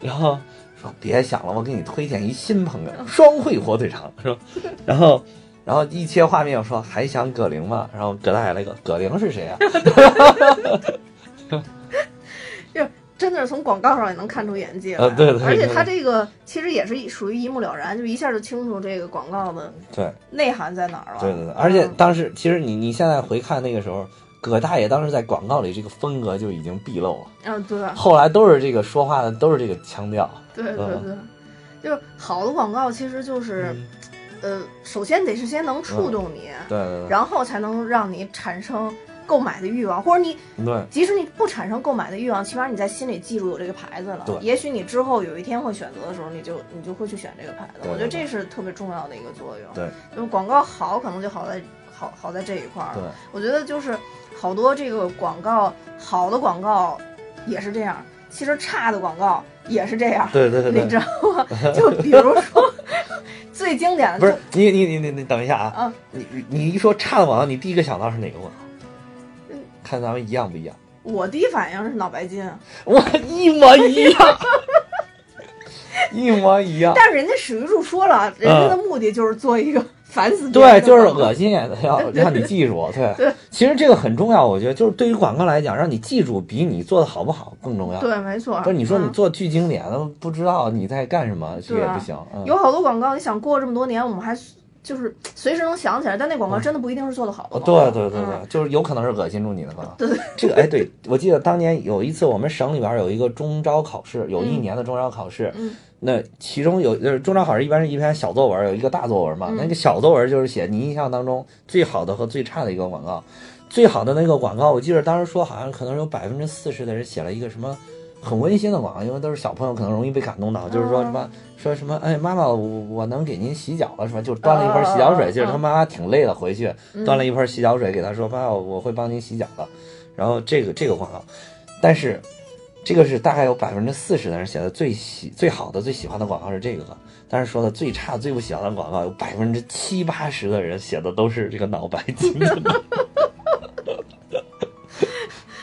Speaker 2: 然后说别想了，我给你推荐一新朋友，双汇火腿肠，是吧？然后。然后一切画面，我说还想葛玲吗？然后葛大爷来个葛玲是谁啊？
Speaker 1: 真的是从广告上也能看出演技来。
Speaker 2: 啊对对对
Speaker 1: 而且他这个其实也是属于一目了然，就一下就清楚这个广告的
Speaker 2: 对，
Speaker 1: 内涵在哪儿了。
Speaker 2: 对对对，而且
Speaker 1: 嗯
Speaker 2: 当时其实你你现在回看那个时候，葛大爷当时在广告里这个风格就已经毕露了，
Speaker 1: 嗯、对
Speaker 2: 后来都是这个说话的都是这个腔调，
Speaker 1: 对对对，就是好的广告其实就是，
Speaker 2: 嗯
Speaker 1: 呃，首先得是先能触动你，
Speaker 2: 对对
Speaker 1: 然后才能让你产生购买的欲望，或者你
Speaker 2: 对对
Speaker 1: 即使你不产生购买的欲望，起码你在心里记住有这个牌子了
Speaker 2: 对。
Speaker 1: 也许你之后有一天会选择的时候，你就你就会去选这个牌子。
Speaker 2: 对
Speaker 1: 我觉得这是特别重要的一个作用。
Speaker 2: 对，
Speaker 1: 就是广告好，可能就好在好好在这一块儿。
Speaker 2: 对，
Speaker 1: 我觉得就是好多这个广告，好的广告也是这样，其实差的广告也是这样。
Speaker 2: 对 对对对
Speaker 1: 你知道吗？就比如说最经典的，
Speaker 2: 不
Speaker 1: 就是
Speaker 2: 你你你你你等一下啊！
Speaker 1: 啊，
Speaker 2: 你你你一说差的广告，你第一个想到是哪个广告
Speaker 1: 嗯？
Speaker 2: 看咱们一样不一样？
Speaker 1: 我第一反应是脑白金，啊
Speaker 2: 我一模一样， 一模一样。
Speaker 1: 但是人家史玉柱说了，人家的目的就是做一个 烦死别人
Speaker 2: 嗯对，
Speaker 1: 的
Speaker 2: 就是
Speaker 1: 广告
Speaker 2: 恶心， 要让你记住。
Speaker 1: 对
Speaker 2: 对，其实这个很重要，我觉得就是对于广告来讲，让你记住比你做的好不好更重要。
Speaker 1: 对，没错。
Speaker 2: 不是你说你
Speaker 1: 嗯
Speaker 2: 做巨经典的，不知道你在干什么，这也
Speaker 1: 对啊
Speaker 2: 不行。嗯
Speaker 1: 有好多广告，你想过这么多年，我们还就是随时能想起来，但那广告真的不一定是做的好的
Speaker 2: 嗯哦，
Speaker 1: 广告。嗯
Speaker 2: 对对对对，就是有可能是恶心住你的可能。
Speaker 1: 对对
Speaker 2: 这个哎，对我记得当年有一次我们省里边有一个中招考试，有一
Speaker 1: 嗯
Speaker 2: 年的中招考试，
Speaker 1: 嗯
Speaker 2: 那其中有就是中招考试一般是一篇小作文，有一个大作文嘛，
Speaker 1: 嗯
Speaker 2: 那个小作文就是写你印象当中最好的和最差的一个广告，最好的那个广告，我记得当时说好像可能有百分之四十的人写了一个什么。很温馨的广告，因为都是小朋友，可能容易被感动到，就是说什么说什么，哎，妈妈，我我能给您洗脚了，是吧？就端了一盆洗脚水，就是他妈妈挺累了，回去
Speaker 1: 嗯，
Speaker 2: 端了一盆洗脚水给他说：“爸，我会帮您洗脚的。”然后这个这个广告，但是这个是大概有百分之四十的人写的最喜最好的最喜欢的广告是这个，啊但是说的最差最不喜欢的广告有百分之七八十的人写的都是这个脑白金的广告。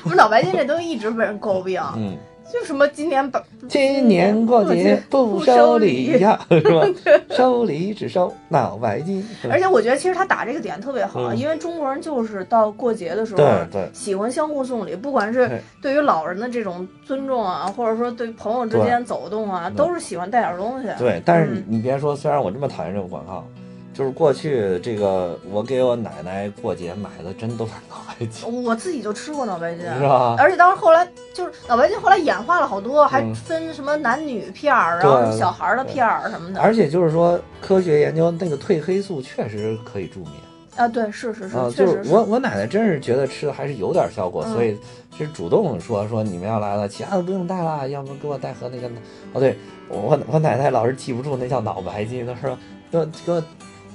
Speaker 1: 我们脑白金这东西一直被人诟病，
Speaker 2: 嗯，
Speaker 1: 就什么今年把
Speaker 2: 今年过节不收礼呀，是吧？收礼只收脑白金。
Speaker 1: 而且我觉得其实他打这个点特别好，
Speaker 2: 嗯
Speaker 1: 因为中国人就是到过节的时候，啊
Speaker 2: 对对
Speaker 1: 喜欢相互送礼，不管是
Speaker 2: 对
Speaker 1: 对于老人的这种尊重啊，或者说对朋友之间走动啊，
Speaker 2: 对嗯
Speaker 1: 都是喜欢带点东西。
Speaker 2: 对，但是你你别说，虽然我这么讨厌这种广告，就是过去这个我给我奶奶过节买的真都是脑白金，
Speaker 1: 我自己就吃过脑白金，
Speaker 2: 是吧？
Speaker 1: 啊而且当时后来就是脑白金，后来演化了好多，还
Speaker 2: 嗯
Speaker 1: 分什么男女片儿，然
Speaker 2: 对
Speaker 1: 后小孩儿的片儿什么的。
Speaker 2: 而且就是说，科学研究那个褪黑素确实可以助眠
Speaker 1: 啊，对，是是是，
Speaker 2: 啊、
Speaker 1: 确
Speaker 2: 就
Speaker 1: 实
Speaker 2: 是
Speaker 1: 是。
Speaker 2: 我我奶奶真是觉得吃的还是有点效果，
Speaker 1: 嗯
Speaker 2: 所以是主动说说你们要来了，其他的不用带啦，要不给我带盒那个哦，对我我奶奶老是记不住那叫脑白金，她说给我给我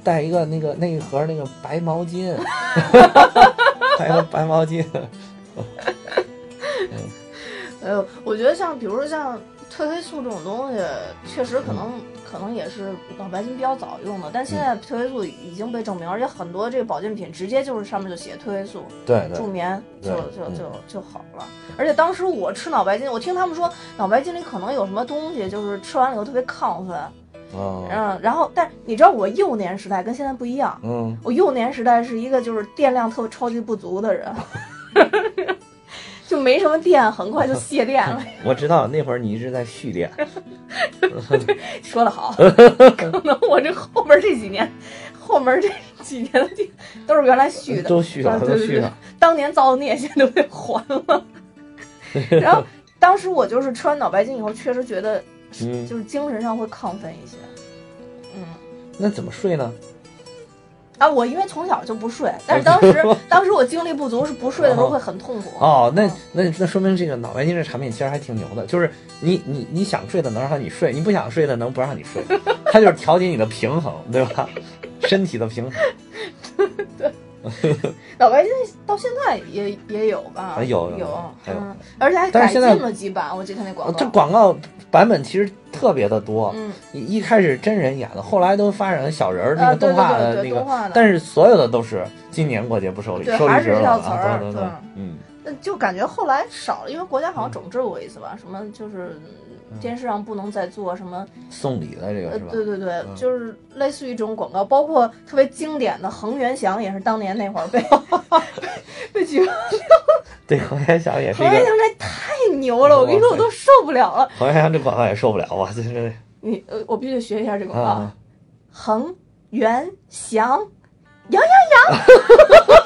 Speaker 2: 带一个那个那一盒那个白毛巾， 还有白毛巾。
Speaker 1: 呃，我觉得像比如说像褪黑素这种东西，确实可
Speaker 2: 嗯
Speaker 1: 能、可能也是脑白金比较早用的，但现在褪黑素已经被证明，而且很多这个保健品直接就是上面就写褪黑素
Speaker 2: 对
Speaker 1: 助
Speaker 2: 对，
Speaker 1: 眠就
Speaker 2: 对
Speaker 1: 就
Speaker 2: 嗯
Speaker 1: 就就好了。而且当时我吃脑白金，我听他们说脑白金里可能有什么东西，就是吃完了以后特别亢奋，
Speaker 2: 嗯
Speaker 1: 嗯，然后但你知道我幼年时代跟现在不一样，
Speaker 2: 嗯，
Speaker 1: 我幼年时代是一个就是电量特超级不足的 人，就没什么电，很快就泄电了。
Speaker 2: 我知道那会儿你一直在蓄电，
Speaker 1: 说得 好，可能我这后面这几年，后面这几年的电都是原来蓄的，
Speaker 2: 都蓄上
Speaker 1: 啊
Speaker 2: 都
Speaker 1: 对对
Speaker 2: 蓄上
Speaker 1: 对，当年造的孽现在都被还了。 然后当时我就是吃完脑白金以后，确实觉得
Speaker 2: 嗯，
Speaker 1: 就是精神上会亢奋一些。嗯，
Speaker 2: 那怎么睡呢？
Speaker 1: 啊，我因为从小就不睡，但是当 时当时我精力不足，是不睡的时候会很痛苦。
Speaker 2: 哦，那那那说明这个脑白金这产品其实还挺牛的，就是你你你想睡的能让你睡，你不想睡的能不让你睡，它就是调节你的平衡，对吧？身体的平衡
Speaker 1: 脑白金到现在也也有吧？
Speaker 2: 还啊有
Speaker 1: 有
Speaker 2: 有还有
Speaker 1: 嗯，而且还
Speaker 2: 但
Speaker 1: 改
Speaker 2: 是现
Speaker 1: 进
Speaker 2: 在
Speaker 1: 了几版，我记得那广
Speaker 2: 哦
Speaker 1: 告。
Speaker 2: 这广告版本其实特别的多，
Speaker 1: 嗯，
Speaker 2: 一一开始真人演的，后来都发展了小人儿那
Speaker 1: 啊
Speaker 2: 个
Speaker 1: 对
Speaker 2: 动画
Speaker 1: 对对
Speaker 2: 的
Speaker 1: 对
Speaker 2: 那
Speaker 1: 动
Speaker 2: 个，
Speaker 1: 画的，
Speaker 2: 但是所有的都是今年过节不收礼，
Speaker 1: 对
Speaker 2: 收
Speaker 1: 还
Speaker 2: 礼
Speaker 1: 是
Speaker 2: 值
Speaker 1: 这
Speaker 2: 了
Speaker 1: 套词儿
Speaker 2: 啊，对对
Speaker 1: 对
Speaker 2: 对，嗯。
Speaker 1: 那就感觉后来少了，因为国家好像整治过一次吧，什么就是嗯电视上不能再做什么，
Speaker 2: 嗯送礼的这个
Speaker 1: 呃，
Speaker 2: 是吧？
Speaker 1: 对对对，
Speaker 2: 嗯
Speaker 1: 就是类似于这种广告，包括特别经典的恒源祥也是当年那会儿被 被举报，
Speaker 2: 对，恒源祥也是
Speaker 1: 恒
Speaker 2: 一
Speaker 1: 源
Speaker 2: 个，
Speaker 1: 祥这太牛了，我跟你说我都受不了了，
Speaker 2: 恒源祥这广告也受不了啊！这是
Speaker 1: 你呃，我必须得学一下这广告，
Speaker 2: 啊，
Speaker 1: 恒源祥，羊羊羊，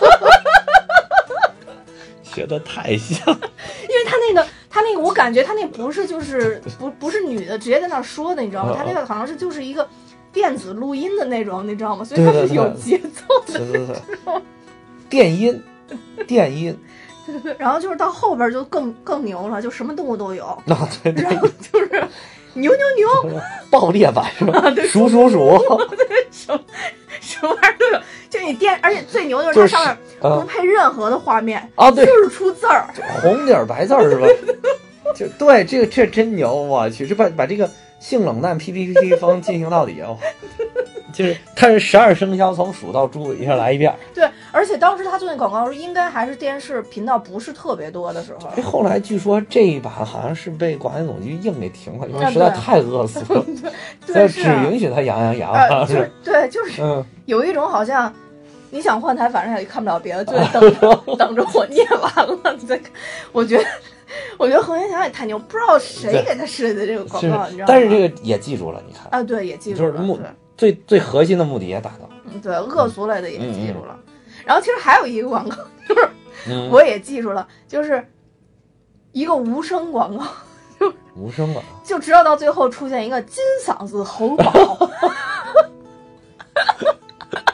Speaker 2: 学的太像，
Speaker 1: 因为他那个，他那个，我感觉他那不是就是啊不不是女的直接在那儿说的，你知道吗？他那个好像是就是一个电子录音的那种，你知道吗？所以他
Speaker 2: 对对
Speaker 1: 是
Speaker 2: 对
Speaker 1: 有节奏
Speaker 2: 对对对，呃电音，电音，
Speaker 1: 的。然后就是到后边就更更牛了，就什么动物都有，
Speaker 2: 那对对
Speaker 1: 然后就是牛牛 牛，
Speaker 2: 爆裂版是
Speaker 1: 啊
Speaker 2: 吧？数数数，
Speaker 1: 什么玩意儿都有。就你电，而且最牛的
Speaker 2: 就
Speaker 1: 就是是它上面不
Speaker 2: 啊
Speaker 1: 配任何的画面，
Speaker 2: 啊对，
Speaker 1: 就是出字儿。
Speaker 2: 红底儿白字儿是吧？就对，这个这真牛，我去，这把把这个性冷淡 P P P P 风进行到 底哦，就是它是十二生肖从数到猪一下来一遍儿，
Speaker 1: 对，而且当时他做那广告时，应该还是电视频道不是特别多的时候
Speaker 2: 哎，。后来据说这一版好像是被广电总局硬给停了，因为
Speaker 1: 啊
Speaker 2: 实在
Speaker 1: 对
Speaker 2: 太饿死了，所
Speaker 1: 对，
Speaker 2: 以
Speaker 1: 是
Speaker 2: 只
Speaker 1: 啊，
Speaker 2: 允许他养养羊
Speaker 1: 呃，
Speaker 2: 了，
Speaker 1: 就是是对，就是
Speaker 2: 嗯，
Speaker 1: 有一种好像你想换台，反正也看不了别的， 就得等等着我念完了你再看。我觉得，我觉得恒源祥也太牛，不知道谁给他设计的这个广
Speaker 2: 是
Speaker 1: 告，你知道吗？
Speaker 2: 但是这个也记住了，你看
Speaker 1: 啊，对，也记住
Speaker 2: 就是
Speaker 1: 了，
Speaker 2: 目
Speaker 1: 对
Speaker 2: 最最核心的目的也达到了，
Speaker 1: 嗯对，恶俗类的也
Speaker 2: 嗯
Speaker 1: 记
Speaker 2: 嗯
Speaker 1: 住了。然后其实还有一个广告，
Speaker 2: 嗯，
Speaker 1: 我也记住了，就是一个无声广告，
Speaker 2: 无声了，
Speaker 1: 就直到到最后出现一个金嗓子喉宝。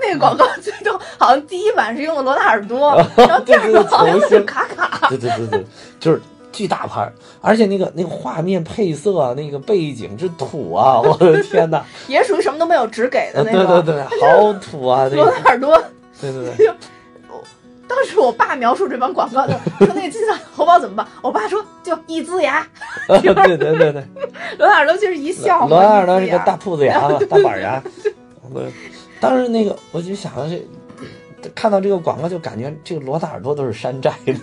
Speaker 1: 那个广告最后好像第一版是用的罗纳尔多，然后第二 版好像是卡卡。
Speaker 2: 对对对对，就是巨大牌儿，而且那个那个画面配色啊，那个背景之土啊， 我的天哪，
Speaker 1: 也属于什么都没有，只给的
Speaker 2: 呃
Speaker 1: 那
Speaker 2: 对
Speaker 1: 种。
Speaker 2: 对对，好土啊，那
Speaker 1: 罗
Speaker 2: 个
Speaker 1: 纳尔多，
Speaker 2: 对对对，
Speaker 1: 就我当时我爸描述这版广告 的，说那个金嗓子喉宝怎么办？我爸说就一呲牙，
Speaker 2: 呃对对对对，
Speaker 1: 罗纳尔多就是一 笑嘛。
Speaker 2: 罗纳尔
Speaker 1: 一
Speaker 2: 多是
Speaker 1: 呲
Speaker 2: 个
Speaker 1: 牙
Speaker 2: 大兔子牙 嘛，大板牙，对，当时那个我就想这。看到这个广告就感觉这个罗纳尔多都是山寨的，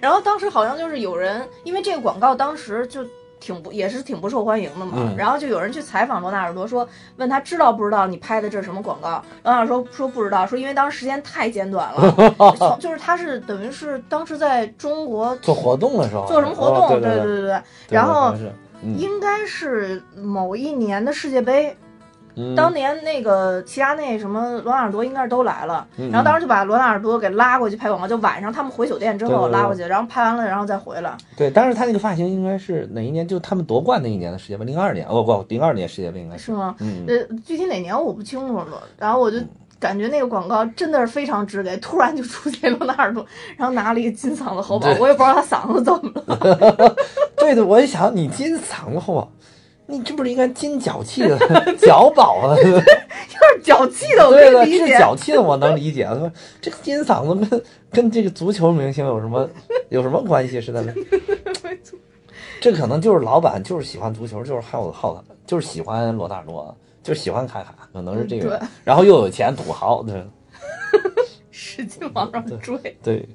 Speaker 1: 然后当时好像就是有人，因为这个广告当时就挺不也是挺不受欢迎的嘛，
Speaker 2: 嗯
Speaker 1: 然后就有人去采访罗纳尔多说，问他知道不知道你拍的这是什么广告？罗纳尔多说说不知道，说因为当时时间太简短了， 从就是他是等于是当时在中国
Speaker 2: 做活动的时候
Speaker 1: 做什么活动，
Speaker 2: 哦对
Speaker 1: 对
Speaker 2: 对对，
Speaker 1: 对然后。
Speaker 2: 嗯
Speaker 1: 应该是某一年的世界杯，
Speaker 2: 嗯
Speaker 1: 当年那个齐达内什么罗纳尔多应该是都来了，
Speaker 2: 嗯
Speaker 1: 然后当时就把罗纳尔多给拉过去拍广告，就晚上他们回酒店之后
Speaker 2: 对对对
Speaker 1: 拉过去，然后拍完了然后再回来。
Speaker 2: 对，当时他那个发型应该是哪一年？就他们夺冠那一年的世界杯，零二年哦不，零二年世界杯应该是
Speaker 1: 是吗？
Speaker 2: 嗯，
Speaker 1: 呃，具体哪年我不清楚了。然后我就感觉那个广告真的是非常直给，突然就出现罗纳尔多，然后拿了一个金嗓子喉宝，
Speaker 2: 对
Speaker 1: 我也不知道他嗓子怎么了。
Speaker 2: 对的。我一想，你金嗓子好，你这不是应该金脚气的脚宝 啊？
Speaker 1: 就是脚气的，我可
Speaker 2: 对的，
Speaker 1: 以理
Speaker 2: 这
Speaker 1: 解。
Speaker 2: 脚气的我能理解。他说这个金嗓子跟跟这个足球明星有什么有什么关系？是在那，这可能就是老板就是喜欢足球，就是好好就是喜欢罗纳尔多，就是喜欢卡卡，可能是这个
Speaker 1: 嗯对。
Speaker 2: 然后又有钱土豪，对
Speaker 1: 使劲往上追。
Speaker 2: 对。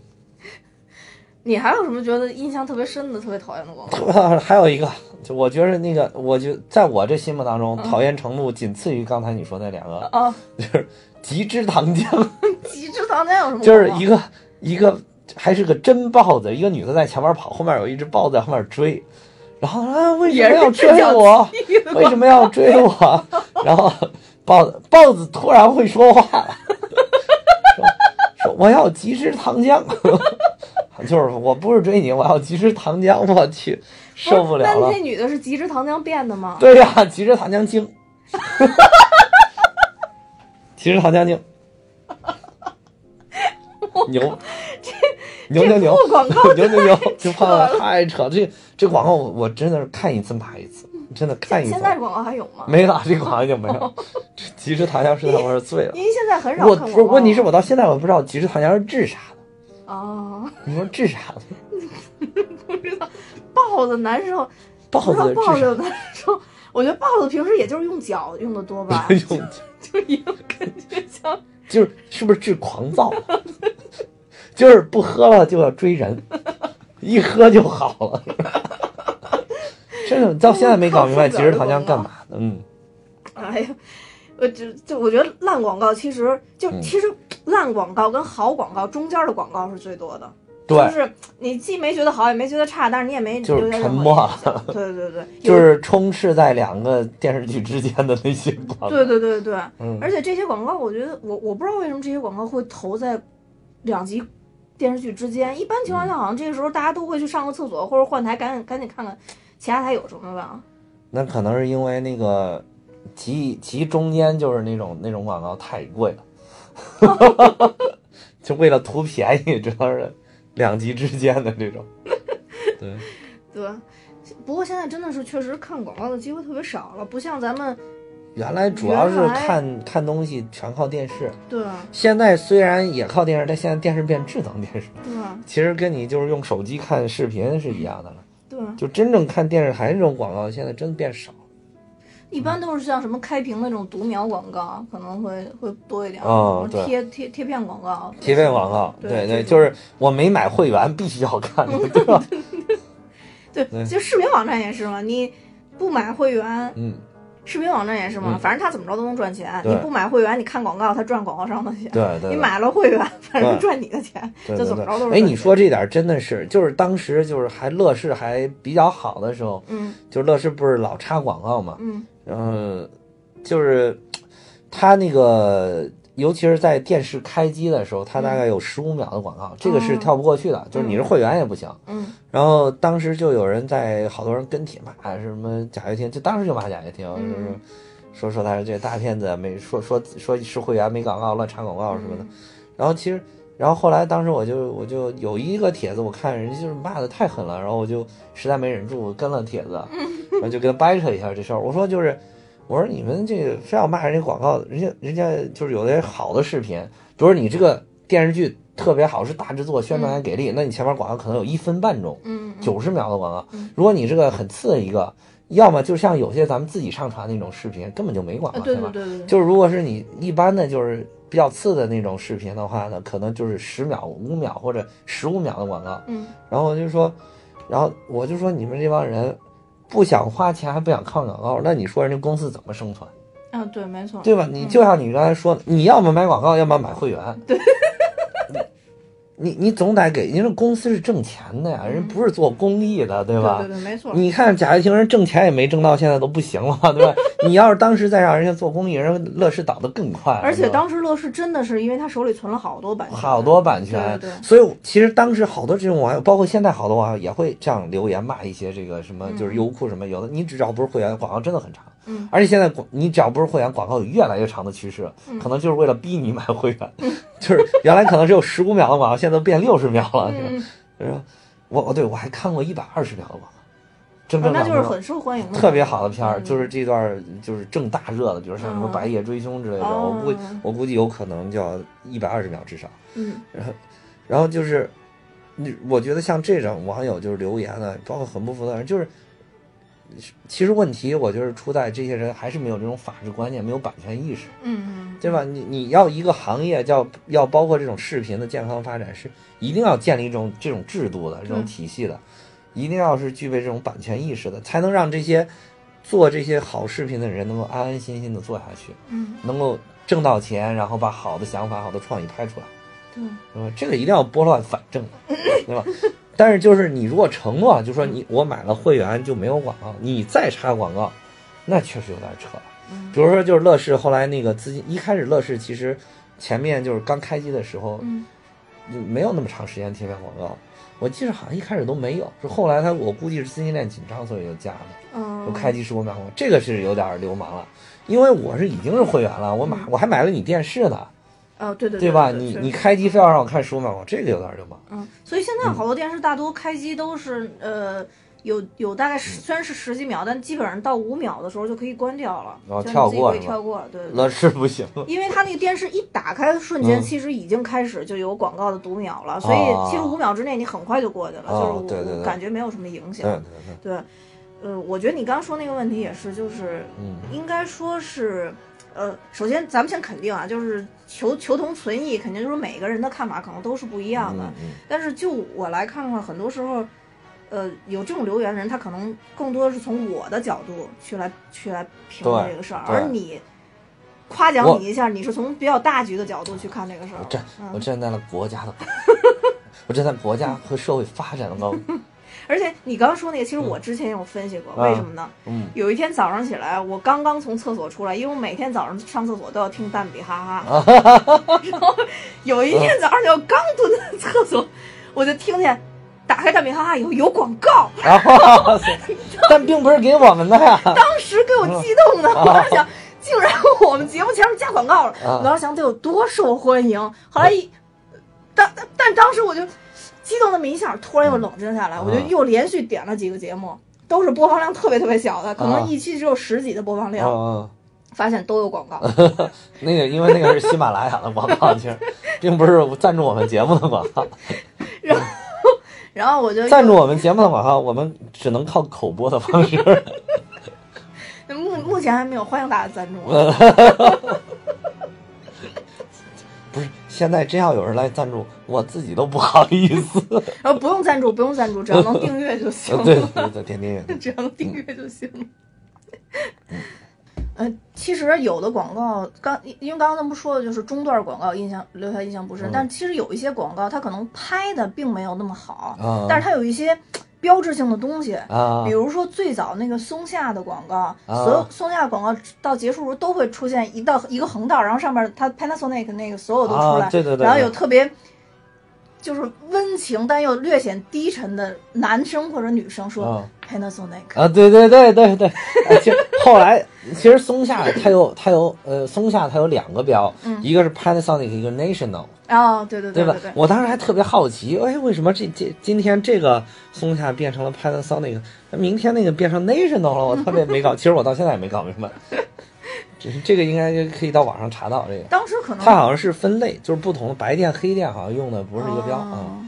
Speaker 1: 你还有什么觉得印象特别深的、特别讨厌的广告？
Speaker 2: 还有一个，就我觉得那个，我就在我这心目当中，讨厌程度仅次于刚才你说那两个，
Speaker 1: 啊，
Speaker 2: 就是极之糖浆，
Speaker 1: 极致糖浆有什么广告？
Speaker 2: 就是一个一个还是个真豹子，一个女的在前面跑，后面有一只豹子在后面追，然后啊为什么要追我？为什么要追我？然后豹子豹子突然会说话了，说说我要极之糖浆， 就是我不是追你，我要极之糖浆，我去
Speaker 1: 不是
Speaker 2: 受不了了
Speaker 1: 那。那女的是极致糖浆变的吗？
Speaker 2: 对呀、骑着糖浆精， 骑着 糖浆精，牛，牛牛牛
Speaker 1: 这副广告
Speaker 2: 牛牛牛，这
Speaker 1: 扯
Speaker 2: 胖子
Speaker 1: 了
Speaker 2: 太扯了，这这广告我我真的是看一次骂一次，真的看一次
Speaker 1: 现。在哦广告还有吗？
Speaker 2: 没了，这广告就没了。这极致糖浆是在我这儿醉了。
Speaker 1: 因为现在很少
Speaker 2: 我
Speaker 1: 看
Speaker 2: 不
Speaker 1: 广
Speaker 2: 是
Speaker 1: 告。
Speaker 2: 问题是我到现在我不知道极致糖浆是治啥的，
Speaker 1: 啊，
Speaker 2: 你说治啥的？
Speaker 1: 不知道豹子难受。
Speaker 2: 豹
Speaker 1: 不知道
Speaker 2: 子
Speaker 1: 豹
Speaker 2: 治
Speaker 1: 子难受，我觉得豹子平时也就是用脚用的多吧
Speaker 2: 啥？，用
Speaker 1: 就也感觉像
Speaker 2: 就是是不是治狂躁， 就是不喝了就要追人，一喝就好了。真的，到现在没搞明白，其实糖浆干嘛的？嗯，
Speaker 1: 哎呀，我就就我觉得烂广告其实就
Speaker 2: 嗯
Speaker 1: 其实烂广告跟好广告中间的广告是最多的，就
Speaker 2: 对，
Speaker 1: 是你既没觉得好也没觉得差，但是你也没
Speaker 2: 就
Speaker 1: 留
Speaker 2: 是
Speaker 1: 下
Speaker 2: 沉
Speaker 1: 任何
Speaker 2: 默
Speaker 1: 印象。
Speaker 2: 了，
Speaker 1: 对对对，
Speaker 2: 就
Speaker 1: 有
Speaker 2: 是充斥在两个电视剧之间的那些广告。
Speaker 1: 对对对对，
Speaker 2: 嗯
Speaker 1: 而且这些广告我觉得我我不知道为什么这些广告会投在两集电视剧之间，一般情况下好像这个时候大家都会去上个厕所或者换台，赶紧赶紧看看其他台有什么吧。
Speaker 2: 那可能是因为那个集集中间就是那种那种广告太贵了， 就为了图便宜，主要是两集之间的这 种。对，
Speaker 1: 对，不过现在真的是确实看广告的机会特别少了，不像咱们
Speaker 2: 原来主要
Speaker 1: 原
Speaker 2: 是
Speaker 1: 来
Speaker 2: 看看东西全靠电视，
Speaker 1: 对
Speaker 2: 现在虽然也靠电视，但现在电视变智能电视，
Speaker 1: 对
Speaker 2: 其实跟你就是用手机看视频是一样的了。
Speaker 1: 对，
Speaker 2: 就真正看电视台这种广告，现在真的变少了。
Speaker 1: 一般都是像什么开屏那种读秒广告可能会会多一点，
Speaker 2: 哦
Speaker 1: 什么贴贴贴片广告，
Speaker 2: 贴片广告，
Speaker 1: 对对
Speaker 2: 对
Speaker 1: 对
Speaker 2: 就是我没买会员必须要 看的，对吧？
Speaker 1: 对，
Speaker 2: 对
Speaker 1: 其实视频网站也是嘛，你不买会员，
Speaker 2: 嗯，
Speaker 1: 视频网站也是嘛，
Speaker 2: 嗯
Speaker 1: 反正它怎么着都能赚钱。
Speaker 2: 对
Speaker 1: 你不买会员，你看广告，它赚广告商的钱；
Speaker 2: 对对对。
Speaker 1: 你买了会员，反正
Speaker 2: 对
Speaker 1: 赚你的钱。
Speaker 2: 对
Speaker 1: 就
Speaker 2: 对
Speaker 1: 怎么着
Speaker 2: 对
Speaker 1: 都是
Speaker 2: 哎，
Speaker 1: 赚
Speaker 2: 你
Speaker 1: 钱
Speaker 2: 说这点儿真的是，就是当时就是还乐视还比较好的时候，
Speaker 1: 嗯
Speaker 2: 就是乐视不是老插广告嘛，
Speaker 1: 嗯
Speaker 2: 然后就是它那个，尤其是在电视开机的时候，它大概有十五秒的广告，这个是
Speaker 1: 嗯哦
Speaker 2: 跳不过去的，就是你是会员也不行。
Speaker 1: 嗯
Speaker 2: 然后当时就有人在，好多人跟帖骂什么贾跃亭，就当时就骂贾跃亭，
Speaker 1: 嗯
Speaker 2: 就是说说他是这大骗子，没说说说是会员没广告，乱插广告什么的。然后其实，然后后来当时我就我就有一个帖子，我看人家就是骂的太狠了，然后我就实在没忍住，我跟了帖子，
Speaker 1: 嗯
Speaker 2: 然后就跟他掰扯一下这事儿。我说就是，我说你们这个非要骂人家广告，人家人家就是有的好的视频，比如说你这个电视剧特别好，是大制作，宣传还给力，那你前面广告可能有一分半钟。
Speaker 1: 嗯，嗯
Speaker 2: 九十秒的广告
Speaker 1: 嗯。
Speaker 2: 如果你这个很次的一个，要么就像有些咱们自己上传那种视频，根本就没广
Speaker 1: 啊
Speaker 2: 告，
Speaker 1: 对
Speaker 2: 吧
Speaker 1: 对？对对对，
Speaker 2: 就是如果是你一般的就是比较次的那种视频的话呢，可能就是十秒、五秒或者十五秒的广告。
Speaker 1: 嗯
Speaker 2: 然后我就说，然后我就说你们这帮人。不想花钱还不想看广告，那你说人家公司怎么生存，
Speaker 1: 啊对，没错，
Speaker 2: 对吧？你就像你刚才说的，你要么买广告，要么买会员。对，你你总得给，因为公司是挣钱的呀，人不是做公益的，对
Speaker 1: 对
Speaker 2: 吧？
Speaker 1: 对对，没错，
Speaker 2: 你看贾跃亭人挣钱也没挣到，现在都不行了， 对吧？你要是当时再让人家做公益，人家乐视倒得更快。
Speaker 1: 而且
Speaker 2: 对吧
Speaker 1: 当时乐视真的是因为他手里存了好多版权，
Speaker 2: 好多版权，
Speaker 1: 对对对
Speaker 2: 所以其实当时好多这种网友，包括现在好多网友也会这样留言骂一些这个什么，
Speaker 1: 嗯
Speaker 2: 就是优酷什么，有的你只要不是会员，广告真的很长。
Speaker 1: 嗯
Speaker 2: 而且现在广你只要不是会员，广告有越来越长的趋势，
Speaker 1: 嗯
Speaker 2: 可能就是为了逼你买会员， 就是原来可能只有十五秒的广告，现在都变六十秒了，
Speaker 1: 嗯，
Speaker 2: 啊是吧？是吧我我对我还看过一百二十秒的广告，真
Speaker 1: 啊
Speaker 2: 正
Speaker 1: 那
Speaker 2: 版
Speaker 1: 就是
Speaker 2: 的
Speaker 1: 很受欢迎的，
Speaker 2: 特别好的片儿，
Speaker 1: 嗯
Speaker 2: 就是这段儿就是正大热的，比如像什么
Speaker 1: 嗯
Speaker 2: 《白夜追凶》之类的，
Speaker 1: 哦
Speaker 2: 我估我估计有可能就要一百二十秒至少。
Speaker 1: 嗯
Speaker 2: 然后就是，你我觉得像这种网友就是留言的，包括很不服的人，就是其实问题我就是出在这些人还是没有这种法治观念，没有版权意识，
Speaker 1: 嗯嗯，
Speaker 2: 对吧？你你要一个行业叫要包括这种视频的健康发展，是一定要建立这种这种制度的这种
Speaker 1: 嗯
Speaker 2: 体系的，一定要是具备这种版权意识的，才能让这些做这些好视频的人能够安安心心的做下去，
Speaker 1: 嗯
Speaker 2: 能够挣到钱，然后把好的想法、好的创意拍出来。
Speaker 1: 对，
Speaker 2: 对吧？这个一定要拨乱反 正，对吧？但是就是你如果承诺，就说你我买了会员就没有广告，你再插广告，那确实有点扯。
Speaker 1: 嗯
Speaker 2: 比如说就是乐视后来那个资金，一开始乐视其实前面就是刚开机的时候
Speaker 1: 嗯
Speaker 2: 没有那么长时间贴片广告，我记得好像一开始都没有，是后来他我估计是资金链紧张，所以就加的。
Speaker 1: 嗯，
Speaker 2: 就开机十五秒，这个是有点流氓了，因为我是已经是会员了，我买我还买了你电视呢，
Speaker 1: 哦嗯对对
Speaker 2: 对
Speaker 1: 对
Speaker 2: 吧？
Speaker 1: 对
Speaker 2: 你
Speaker 1: 确
Speaker 2: 你
Speaker 1: 实
Speaker 2: 开机非要让我看十五秒，这个有点流氓。
Speaker 1: 嗯，所以现在好多电视大多开机都是、呃有有大概
Speaker 2: 嗯
Speaker 1: 十虽然是十几秒，但基本上到五秒的时候就可以关掉了，
Speaker 2: 然后
Speaker 1: 就是
Speaker 2: 哦
Speaker 1: 你
Speaker 2: 跳
Speaker 1: 自己
Speaker 2: 过
Speaker 1: 可以
Speaker 2: 是吧
Speaker 1: 跳过，对。对
Speaker 2: 乐视不行了，
Speaker 1: 因为它那个电视一打开的瞬间，
Speaker 2: 嗯
Speaker 1: 其实已经开始就有广告的读秒了，所
Speaker 2: 哦
Speaker 1: 以其实五秒之内你很快就过去了，
Speaker 2: 哦
Speaker 1: 就是我
Speaker 2: 对对对嗯
Speaker 1: 我感觉没有什么影响。
Speaker 2: 对对对，
Speaker 1: 对，呃，我觉得你刚说那个问题也是，就是
Speaker 2: 嗯
Speaker 1: 应该说是，呃，首先咱们先肯定啊，就是求求同存异，肯定就是每个人的看法可能都是不一样的。
Speaker 2: 嗯嗯
Speaker 1: 但是就我来看的话，很多时候，呃，有这种留言的人，他可能更多是从我的角度去来去来评论
Speaker 2: 对
Speaker 1: 这个事儿，
Speaker 2: 对
Speaker 1: 而你夸奖
Speaker 2: 我
Speaker 1: 你一下，你是从比较大局的角度去看这个事儿
Speaker 2: 我。站
Speaker 1: 嗯
Speaker 2: 我站在了国家的，我站在国家和社会发展的高度，
Speaker 1: 而且你刚说那个，其实我之前有分析过，
Speaker 2: 嗯
Speaker 1: 为什么呢？
Speaker 2: 嗯
Speaker 1: 有一天早上起来，我刚刚从厕所出来，因为我每天早上上厕所都要听蛋比哈哈， 然后有一天早上就刚蹲在厕所，我就听见打开蛋比哈哈以后有广告，
Speaker 2: 然 后，但并不是给我们的呀。
Speaker 1: 当时给我激动的，我当时想，竟然我们节目前面加广告了，
Speaker 2: 啊
Speaker 1: 我当时想得有多受欢迎。后来一，但但但当时我就激动那么一下，突然又冷静下来，
Speaker 2: 啊
Speaker 1: 我就又连续点了几个节目，都是播放量特别特别小的，可
Speaker 2: 啊
Speaker 1: 能一期只有十几的播放
Speaker 2: 嗯
Speaker 1: 量，
Speaker 2: 嗯，
Speaker 1: 发现都有广告。
Speaker 2: 啊那个因为那个是喜马拉雅的广告，其实并不是赞助我们节目的广
Speaker 1: 哎
Speaker 2: 告。
Speaker 1: 然后我就
Speaker 2: 赞助我们节目的广告，我们只能靠口播的方式。
Speaker 1: 目目前还没有，欢迎大家赞助我。
Speaker 2: 啊不是，现在真要有人来赞助，我自己都不好意 思。
Speaker 1: 然呃后不用赞助，不用赞助，只要 能订阅就行
Speaker 2: 对对对，天天
Speaker 1: 只要能订阅就行了。呃，其实有的广告，刚因为刚刚咱们说的就是中段广告印象留下印象不深，
Speaker 2: 嗯
Speaker 1: 但其实有一些广告它可能拍的并没有那么好，
Speaker 2: 啊
Speaker 1: 但是它有一些标志性的东西，
Speaker 2: 啊
Speaker 1: 比如说最早那个松下的广告，
Speaker 2: 啊
Speaker 1: 所有松下的广告到结束时候都会出现一道一个横道，然后上面它 Panasonic 那个所有都出来，
Speaker 2: 啊对对对
Speaker 1: 然后
Speaker 2: 对
Speaker 1: 有特别就是温情但又略显低沉的男生或者女生说、
Speaker 2: 啊
Speaker 1: Panasonic，、
Speaker 2: 啊，对对对对对。哎其实后来，其实松下它有它有呃，松下它有两个标，一个是 Panasonic，一个 National。
Speaker 1: 哦，嗯对对
Speaker 2: 对吧
Speaker 1: 对对，
Speaker 2: 我当时还特别好奇，哎，为什么这这今天这个松下变成了 Panasonic，那明天那个变成 National 了？我特别没 搞，其实我到现在也没搞明白。这这个应该就可以到网上查到这个，
Speaker 1: 当时可能
Speaker 2: 它好像是分类，就是不同的白店黑店好像用的不是一个标啊、
Speaker 1: 哦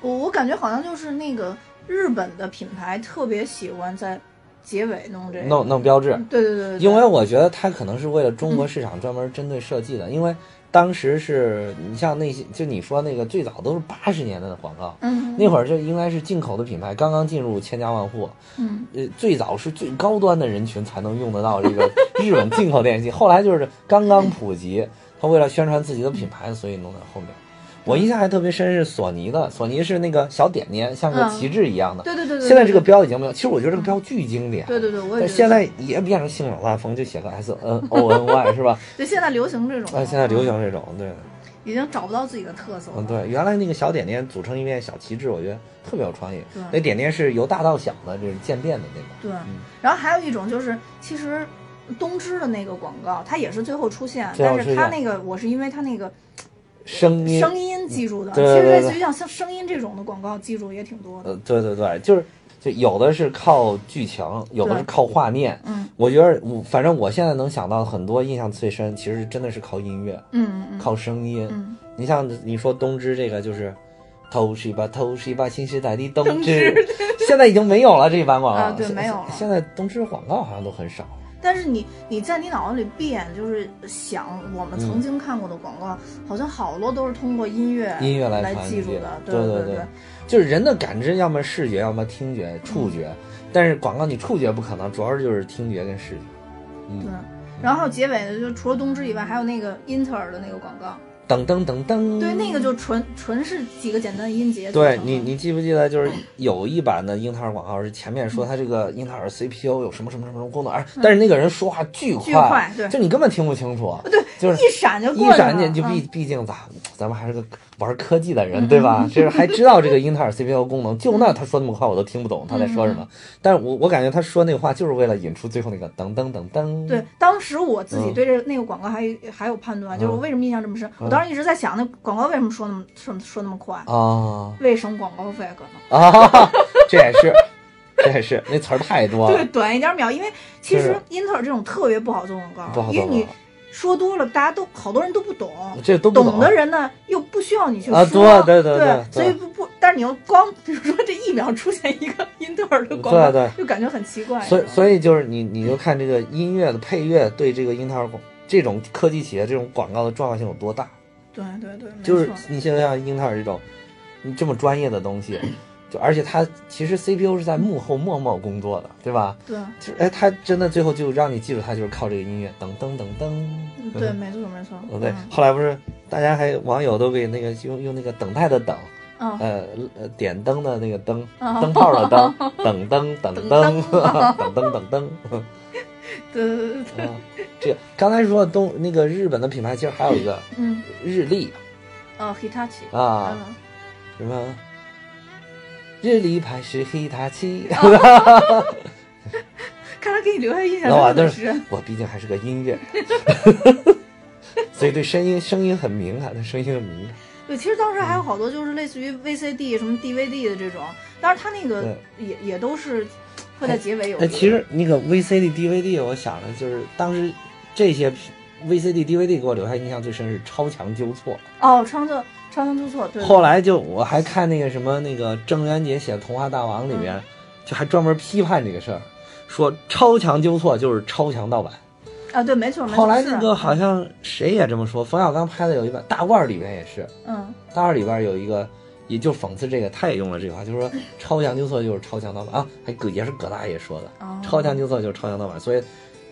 Speaker 1: 我我感觉好像就是那个日本的品牌特别喜欢在结尾弄这个，
Speaker 2: 弄弄标志。
Speaker 1: 对对对对，对
Speaker 2: 因为我觉
Speaker 1: 嗯
Speaker 2: 得它可能是为了中国市场专门针对设计的，因为当时是你像那些就你说那个最早都是八十年代的广告，
Speaker 1: 嗯
Speaker 2: 那会儿就应该是进口的品牌刚刚进入千家万户，
Speaker 1: 嗯
Speaker 2: 呃，最早是最高端的人群才能用得到这个 日本进口电器，后来就是刚刚普及，他为了宣传自己的品牌，所以弄在后面。我印象还特别深是索尼的，索尼是那个小点点，像个
Speaker 1: 嗯
Speaker 2: 旗帜一样的。
Speaker 1: 对对对对，
Speaker 2: 现在这个
Speaker 1: 对
Speaker 2: 标已经没有，其实我觉得这个标巨经典。
Speaker 1: 对对对，我也
Speaker 2: 但
Speaker 1: 觉得
Speaker 2: 现在也变成性冷淡风，就写个 S N O N Y 是吧？
Speaker 1: 对现在流行这种，
Speaker 2: 哎，现在流行这种，对，
Speaker 1: 已经找不到自己的特色了
Speaker 2: 嗯，对，原来那个小点点组成一面小旗帜，我觉得特别有创意
Speaker 1: 对。
Speaker 2: 那点点是由大到小的，就是渐变的那种。
Speaker 1: 对，然后还有一种就是，其实东芝的那个广告，它也是最后出现，
Speaker 2: 最后
Speaker 1: 但是
Speaker 2: 出
Speaker 1: 它
Speaker 2: 现
Speaker 1: 那个我是因为它那个
Speaker 2: 声音，
Speaker 1: 声音记住的，
Speaker 2: 对对对
Speaker 1: 其实类
Speaker 2: 对
Speaker 1: 似于像像声音这种的广告记住也挺多的。
Speaker 2: 呃，对对对，就是就有的是靠剧情，有的
Speaker 1: 对
Speaker 2: 是靠画面。
Speaker 1: 嗯
Speaker 2: 我觉得我反正我现在能想到很多印象最深，其实真的是靠音乐，
Speaker 1: 嗯嗯
Speaker 2: 靠声音。
Speaker 1: 嗯
Speaker 2: 你像你说东芝这个就是。偷西吧，偷西吧，新时代的
Speaker 1: 东
Speaker 2: 东
Speaker 1: 芝
Speaker 2: 芝，现在已经没有了这一版广告
Speaker 1: 啊
Speaker 2: 了，
Speaker 1: 对
Speaker 2: 现
Speaker 1: 没有了
Speaker 2: 现在东芝广告好像都很少。
Speaker 1: 嗯。但是你你在你脑子里闭眼就是想我们曾经看过的广告，好像好多都是通过音乐
Speaker 2: 音乐来
Speaker 1: 来
Speaker 2: 传
Speaker 1: 记
Speaker 2: 递
Speaker 1: 住的。
Speaker 2: 对
Speaker 1: 对
Speaker 2: 对对就是人的感知，要么视觉，要么听觉、触觉。但是广告你触觉不可能，主要是就是听觉跟视觉。嗯
Speaker 1: 对。然后还有结尾的，就除了东芝以外，还有那个英特尔的那个广告，
Speaker 2: 噔噔噔噔，
Speaker 1: 对，那个就纯纯是几个简单的音节组成的。
Speaker 2: 对你，你记不记得就是有一版的英特尔广告是前面说它这个英特尔 CPU 有什么什么什么什么功能，而哎但是那个人说话巨
Speaker 1: 嗯巨快对
Speaker 2: 就你根本听不清楚，对，就是
Speaker 1: 一闪就过去
Speaker 2: 一
Speaker 1: 了。
Speaker 2: 闪你就毕
Speaker 1: 嗯
Speaker 2: 毕竟咱咱们还是个玩科技的人，对吧？这是还知道这个英特尔 CPU 功能，就那他说那么快我都听不懂他在说什么，
Speaker 1: 嗯
Speaker 2: 但是我我感觉他说那话就是为了引出最后那个噔噔噔噔，
Speaker 1: 对，当时我自
Speaker 2: 嗯
Speaker 1: 己对这那个广告还有还有判断，就是我为什么印象这么深。我当时一直在想，那广告为什么说那么说说那么快？
Speaker 2: 啊
Speaker 1: 为省广告费可能
Speaker 2: 啊，这也是这也是那词儿太多
Speaker 1: 对
Speaker 2: 了，
Speaker 1: 短一点秒，因为其
Speaker 2: 是
Speaker 1: 实英特尔这种特别不好做广
Speaker 2: 不
Speaker 1: 告，
Speaker 2: 好
Speaker 1: 因
Speaker 2: 做
Speaker 1: 为你
Speaker 2: 广告
Speaker 1: 说多了，大家都好多人都不懂，
Speaker 2: 这都不
Speaker 1: 的人呢又不需要你去
Speaker 2: 啊
Speaker 1: 说，
Speaker 2: 对对
Speaker 1: 对
Speaker 2: 对对
Speaker 1: 所以不不，但是你又光比如说这一秒出现一个 英特尔的广告，
Speaker 2: 对对
Speaker 1: 就感觉很奇怪。
Speaker 2: 所以，所以就是你，你就看这个音乐的配乐对这个英特尔广这种科技企业这种广告的重要性有多大？
Speaker 1: 对对对，没
Speaker 2: 就是
Speaker 1: 错
Speaker 2: 你像像英特尔这种，你这么专业的东西，就而且它其实 CPU 是在幕后默默工作的，对吧？
Speaker 1: 对。
Speaker 2: 就是哎，它真的最后就让你记住它，就是靠这个音乐，噔噔噔噔。
Speaker 1: 嗯对，没错没错。
Speaker 2: 嗯，对
Speaker 1: 嗯。
Speaker 2: 后来不是大家还网友都给那个用用那个等待的等
Speaker 1: 嗯
Speaker 2: 呃呃点灯的那个灯，
Speaker 1: 啊
Speaker 2: 灯泡 的灯，等灯等灯
Speaker 1: 等
Speaker 2: 等灯等灯。
Speaker 1: 对对对对对，
Speaker 2: 嗯，这个刚才说的东那个日本的品牌，其实还有一个
Speaker 1: 嗯，
Speaker 2: 日立
Speaker 1: 哦，Hitachi，
Speaker 2: 啊，
Speaker 1: 嗯，
Speaker 2: 什么日立牌是
Speaker 1: 哦
Speaker 2: Hitachi，
Speaker 1: 看来给你留下印象
Speaker 2: 那我
Speaker 1: 深
Speaker 2: 都
Speaker 1: 的
Speaker 2: 是
Speaker 1: 是，
Speaker 2: 我毕竟还是个音乐 人，所以对声音声音很敏感，对声音很敏感。
Speaker 1: 对，其实当
Speaker 2: 嗯
Speaker 1: 时还有好多就是类似于 VCD 什么 DVD 的这种，但是它那个也也都是会在结尾有一
Speaker 2: 哎，
Speaker 1: 个。
Speaker 2: 其实那个 VCD、DVD，我想着就是当时这些 VCD、DVD 给我留下印象最深是超强纠错。
Speaker 1: 哦，长江长江纠错，对，
Speaker 2: 后来就我还看那个什么那个郑渊洁写的《童话大王》
Speaker 1: 嗯
Speaker 2: 里面，就还专门批判这个事儿，说超强纠错就是超强盗版。
Speaker 1: 啊，对，没错没错。
Speaker 2: 后来
Speaker 1: 是
Speaker 2: 那个好像谁也这么说，冯小刚拍的有一版《大腕》里面也是，
Speaker 1: 嗯，
Speaker 2: 《大腕》里边有一个。也就讽刺这个，他也用了这句 话，就是说超强纠错就是超强盗版啊，还葛也是葛大爷说的，
Speaker 1: 哦，
Speaker 2: 超强纠错就是超强盗版，所以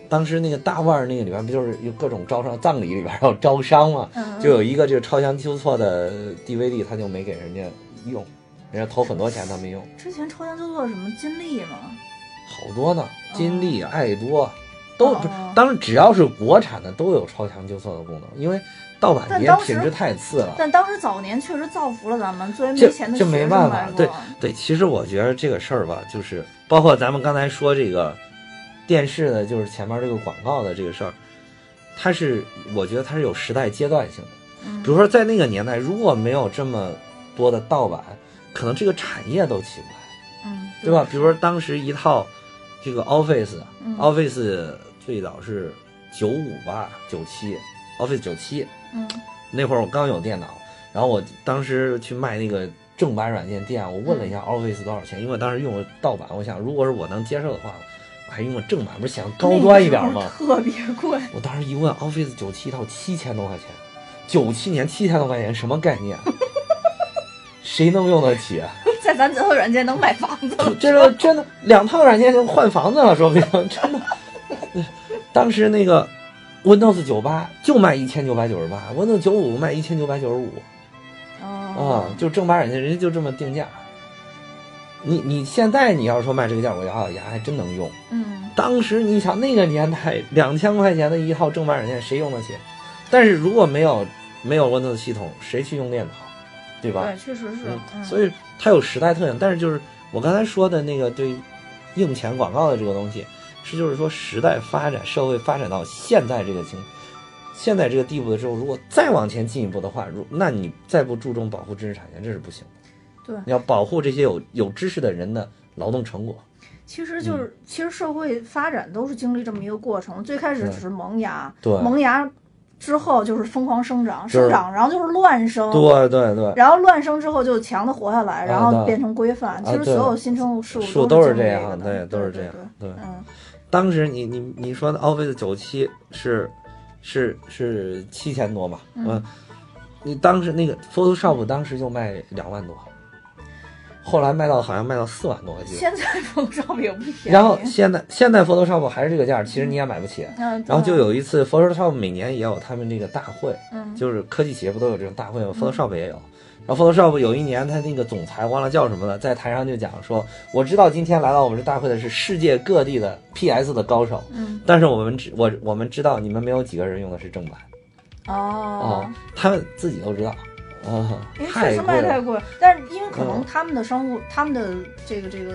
Speaker 2: 当时那个大腕儿那个里边不就是有各种招商，葬礼里边要招商嘛，
Speaker 1: 嗯，嗯
Speaker 2: 就有一个这个超强纠错的 DVD，他就没给人家用，人家投很多钱他没用，
Speaker 1: 之前超强纠错什么金立嘛，
Speaker 2: 好多呢，金立、爱多都
Speaker 1: 哦
Speaker 2: 不，当然只要是国产的都有超强纠错的功能，因为盗版
Speaker 1: 但
Speaker 2: 碟
Speaker 1: 当时
Speaker 2: 品质太次了。
Speaker 1: 但当时早年确实造福了咱们作为
Speaker 2: 这
Speaker 1: 没钱的
Speaker 2: 这
Speaker 1: 学
Speaker 2: 没
Speaker 1: 生
Speaker 2: 办
Speaker 1: 来
Speaker 2: 法，
Speaker 1: 说。
Speaker 2: 对对，其实我觉得这个事儿吧，就是包括咱们刚才说这个电视的，就是前面这个广告的这个事儿，它是我觉得它是有时代阶段性的。
Speaker 1: 嗯
Speaker 2: 比如说在那个年代，如果没有这么多的盗版，可能这个产业都起不来，
Speaker 1: 嗯，
Speaker 2: 对吧？？比如说当时一套这个 Office，Office、
Speaker 1: 嗯
Speaker 2: Office 最早是九五吧，九七，Office 九七，
Speaker 1: 嗯
Speaker 2: 那会儿我刚有电脑，然后我当时去卖那个正版软件店，我问了一
Speaker 1: 嗯
Speaker 2: 下 Office 多少钱，因为我当时用了盗版，我想如果是我能接受的话，我还用个正版，不是显得高端一点
Speaker 1: 那
Speaker 2: 吗
Speaker 1: 个？时候特别贵，
Speaker 2: 我当时一问 Office 九七一套七千多块钱，九七年七千多块钱什么概 念？啊谁能用得起啊？
Speaker 1: 在咱择偶软件能买房子了。
Speaker 2: 这个真的两套软件就换房子了，说不定真的。当时那个 Windows 九八就卖一千九百九十八，Windows 九五卖一千九百九十五。啊、
Speaker 1: 哦，
Speaker 2: 就正版软件，人家就这么定价。你你现在你要说卖这个价，我咬咬牙还真能用。
Speaker 1: 嗯，
Speaker 2: 当时你想那个年代，两千块钱的一套正版软件谁用得起？但是如果没有没有 Windows 系统，谁去用电脑，对吧？
Speaker 1: 对，确实是
Speaker 2: 嗯，
Speaker 1: 嗯
Speaker 2: 所以它有时代特性，但是就是我刚才说的那个对硬钱广告的这个东西，是就是说时代发展、社会发展到现在这个情，现在这个地步的时候，如果再往前进一步的话，如那你再不注重保护知识产权，这是不行的。
Speaker 1: 对
Speaker 2: 你要保护这些有有知识的人的劳动成果。
Speaker 1: 其实就是，
Speaker 2: 嗯
Speaker 1: 其实社会发展都是经历这么一个过程，最开始
Speaker 2: 对
Speaker 1: 只是萌芽，
Speaker 2: 对
Speaker 1: 萌芽之后就是疯狂生长，
Speaker 2: 就是
Speaker 1: 生长然后就是乱生，
Speaker 2: 对对对，
Speaker 1: 然后乱生之后就强的活下来，然后
Speaker 2: 对啊
Speaker 1: 变成规范。其实所
Speaker 2: 对
Speaker 1: 有新生物事
Speaker 2: 树
Speaker 1: 物都
Speaker 2: 是
Speaker 1: 经
Speaker 2: 这
Speaker 1: 历个
Speaker 2: 样，
Speaker 1: 的，
Speaker 2: 都是
Speaker 1: 对
Speaker 2: 这样
Speaker 1: 对。
Speaker 2: 对，
Speaker 1: 对嗯，
Speaker 2: 当时你你你说的 Office 九七是是是七千多嘛？
Speaker 1: 嗯
Speaker 2: 嗯，你当时那个 Photoshop 当时就卖两万多，后来卖到好像卖到四万多，我记得。
Speaker 1: 现在 膨胀也不便宜。
Speaker 2: 然后现在现在 Photoshop 还是这个价，其实你也买不起。
Speaker 1: 嗯，对
Speaker 2: 然后就有一次 Photoshop 每年也有他们这个大会，
Speaker 1: 嗯
Speaker 2: 就是科技企业不都有这种大会吗？Photoshop 也有。然后 Photoshop 有一年，他那个总裁忘了叫什么了，在台上就讲说：“我知道今天来到我们这大会的是世界各地的 PS 的高手，
Speaker 1: 嗯
Speaker 2: 但是我们知我我们知道你们没有几个人用的是正版啊
Speaker 1: 哦，
Speaker 2: 他们自己都知道，啊、
Speaker 1: 因为确
Speaker 2: 太
Speaker 1: 实
Speaker 2: 贵
Speaker 1: 卖太
Speaker 2: 了，
Speaker 1: 贵，但是因为可能
Speaker 2: 嗯
Speaker 1: 他们的商务，他们的这个这个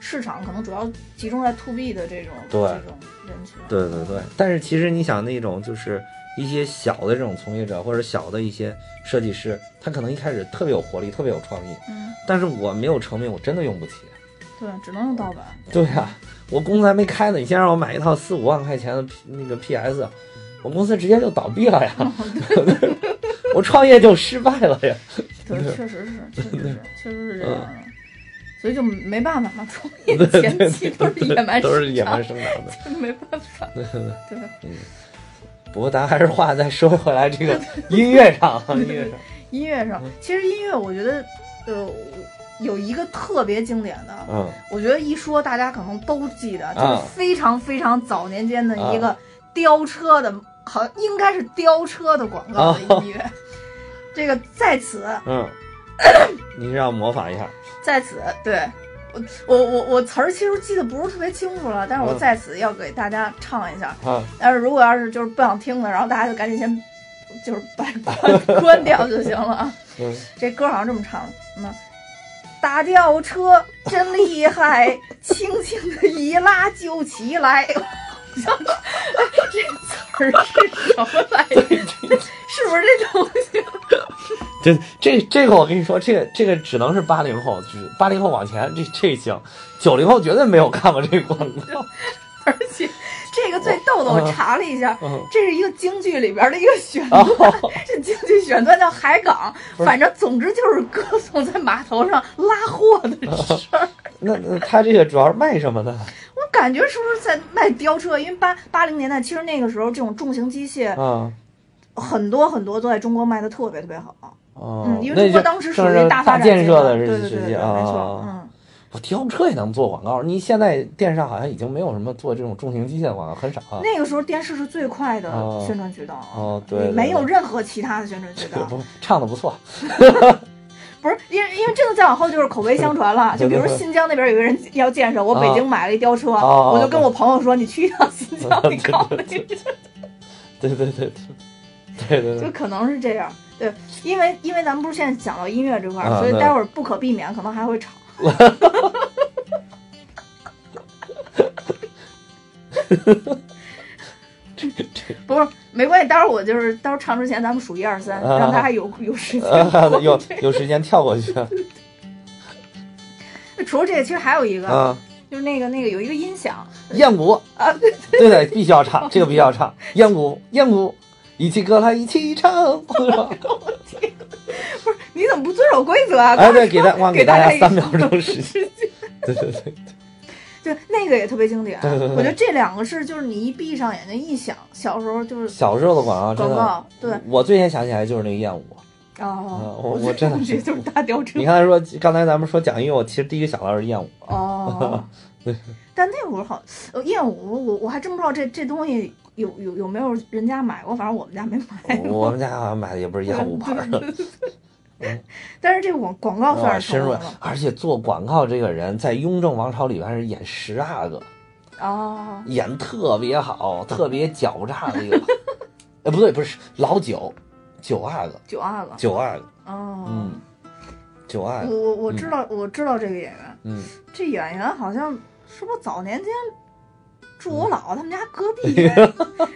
Speaker 1: 市场可能主要集中在 to B 的这种
Speaker 2: 对
Speaker 1: 这种人群。
Speaker 2: 对对对。但是其实你想那种就是一些小的这种从业者或者小的一些设计师，他可能一开始特别有活力，特别有创意，
Speaker 1: 嗯，
Speaker 2: 但是我没有成名，我真的用不起。
Speaker 1: 对，只能用盗版。
Speaker 2: 对啊，我公司还没开呢，你先让我买一套四五万块钱的 P- 那个 PS，我公司直接就倒闭了呀，
Speaker 1: 哦
Speaker 2: 我创业就失败了 呀。
Speaker 1: 对，
Speaker 2: 对嗯
Speaker 1: 确实 是，确实是，确实是这样的。所以就没办法嘛， 创业
Speaker 2: 对
Speaker 1: 前期都是野蛮
Speaker 2: 都是
Speaker 1: 市
Speaker 2: 野
Speaker 1: 场
Speaker 2: 蛮，嗯生长的。
Speaker 1: 没办法。对，
Speaker 2: 不过咱还是话再说回来，这个音乐上，音乐 上
Speaker 1: 音乐
Speaker 2: 嗯
Speaker 1: 上，其实音乐我觉得，呃，有一个特别经典的，
Speaker 2: 嗯，
Speaker 1: 我觉得一说大家可能都记得，就
Speaker 2: 啊
Speaker 1: 是非常非常早年间的一个飙车的，好像应该是飙车的广告的音乐。这个在此
Speaker 2: 嗯你让我模仿一下，
Speaker 1: 在此，对我我我我词儿其实记得不是特别清楚了，但是我
Speaker 2: 嗯
Speaker 1: 在此要给大家唱一下。
Speaker 2: 啊，
Speaker 1: 但是如果要是就是不想听的，然后大家就赶紧先就是把关关掉就行了啊。
Speaker 2: 嗯，
Speaker 1: 这歌好像这么唱的，什么？打吊车真厉害， 轻轻的一拉就起来。 这词儿是什么来着？是不是这东西？
Speaker 2: 这这这个我跟你说，这个这个只能是八零后，就是八零后往前这这行，九零后绝对没有看过这个广 告。
Speaker 1: 而且这个最逗的，
Speaker 2: 哦
Speaker 1: 我查了一下，
Speaker 2: 嗯，
Speaker 1: 这是一个京剧里边的一个选
Speaker 2: 然
Speaker 1: 段，
Speaker 2: 后
Speaker 1: 这京剧选段叫《海港》，
Speaker 2: 哦不 是
Speaker 1: 反正总之就是歌颂在码头上拉货的
Speaker 2: 哦
Speaker 1: 事儿。
Speaker 2: 那那他这个主要是卖什么呢？
Speaker 1: 我感觉是不是在卖吊车？因为八八零年代，其实那个时候这种重型机械
Speaker 2: 啊
Speaker 1: 很多很多都在中国卖的特别特别好。
Speaker 2: 哦，
Speaker 1: 嗯，因为
Speaker 2: 那
Speaker 1: 中国
Speaker 2: 就
Speaker 1: 当时属
Speaker 2: 正
Speaker 1: 于
Speaker 2: 是
Speaker 1: 大
Speaker 2: 大
Speaker 1: 发展
Speaker 2: 建
Speaker 1: 阶
Speaker 2: 设
Speaker 1: 段
Speaker 2: 的
Speaker 1: 对
Speaker 2: 时
Speaker 1: 对对
Speaker 2: 时
Speaker 1: 对，
Speaker 2: 期
Speaker 1: 对
Speaker 2: 啊。
Speaker 1: 没
Speaker 2: 啊
Speaker 1: 错，
Speaker 2: 啊
Speaker 1: 嗯，
Speaker 2: 我电动车也能做广告，你现在电视上好像已经没有什么做这种重型机械的广告，很少啊。
Speaker 1: 那个时候电视是最快的
Speaker 2: 哦
Speaker 1: 宣传渠道，嗯
Speaker 2: 哦，对，对
Speaker 1: 没有啊
Speaker 2: 对
Speaker 1: 任何其他的宣传渠
Speaker 2: 这个
Speaker 1: 道。
Speaker 2: 不唱的不错，
Speaker 1: 不是，因为因为这个再往后就是口碑相传 了。就
Speaker 2: 对
Speaker 1: 比
Speaker 2: 对
Speaker 1: 如
Speaker 2: 对
Speaker 1: 新疆那边有个人要建设，我北京买了一吊车，
Speaker 2: 哦
Speaker 1: 我就跟我朋友说，你去一趟新 疆，你搞那个，
Speaker 2: 对对对对对对
Speaker 1: 就
Speaker 2: 对，
Speaker 1: 可能是这样。对，因为因为咱们不是现在讲到音乐这块儿，
Speaker 2: 啊
Speaker 1: 所以
Speaker 2: 对
Speaker 1: 待会儿不可避免可能还会 吵。不是，没关系，待会儿我就是到时候唱之前咱们数一二三，
Speaker 2: 啊
Speaker 1: 让大家有有时间。
Speaker 2: 啊有有时间跳 过去
Speaker 1: 除了这个，其实还有一个，
Speaker 2: 啊。
Speaker 1: 就是那个那个有一个音响
Speaker 2: 燕鼓，
Speaker 1: 啊，
Speaker 2: 对对，必须要唱，这个必须要唱。燕鼓，燕鼓，一起歌来一 起唱，是吧？
Speaker 1: 啊你怎么不遵守规则啊？
Speaker 2: 哎，对，给大我
Speaker 1: 给
Speaker 2: 大
Speaker 1: 大家
Speaker 2: 家
Speaker 1: 一
Speaker 2: 三秒钟时间。对对对，
Speaker 1: 就那个也特别经 典。
Speaker 2: 对对对对
Speaker 1: 我觉得这两个是，就是你一闭上眼睛一想，小时候就是
Speaker 2: 小时候的广告啊真
Speaker 1: 广
Speaker 2: 的，
Speaker 1: 告，对，
Speaker 2: 我最先想起来就是那个燕舞。
Speaker 1: 哦，
Speaker 2: 啊我我
Speaker 1: 我
Speaker 2: 真的
Speaker 1: 我觉得就是大吊车
Speaker 2: 你，刚才说，刚才咱们说讲音乐，我其实第一个想到是燕舞。
Speaker 1: 哦，但那会儿好，呃燕舞，我我还真不知道这这东西有有有没有人家买过，反正我们家没买过。
Speaker 2: 我们家好像买的 也不是燕舞牌的。
Speaker 1: 但是这个广广告
Speaker 2: 哇，
Speaker 1: 算是
Speaker 2: 哦深
Speaker 1: 成功
Speaker 2: 入
Speaker 1: 了，
Speaker 2: 而且做广告这个人在雍正王朝里边是演十阿哥，
Speaker 1: 哦，
Speaker 2: 演特别好，特别狡诈的一个。 哎，不对，不是老九，九阿哥，
Speaker 1: 九二个，
Speaker 2: 九阿哥，
Speaker 1: 哦，
Speaker 2: 嗯，哎九阿
Speaker 1: 我
Speaker 2: 哥，
Speaker 1: 我我知道我知道这个演员，
Speaker 2: 嗯，
Speaker 1: 这演员好像是不是早年间住
Speaker 2: 嗯
Speaker 1: 我姥姥他们家隔 壁，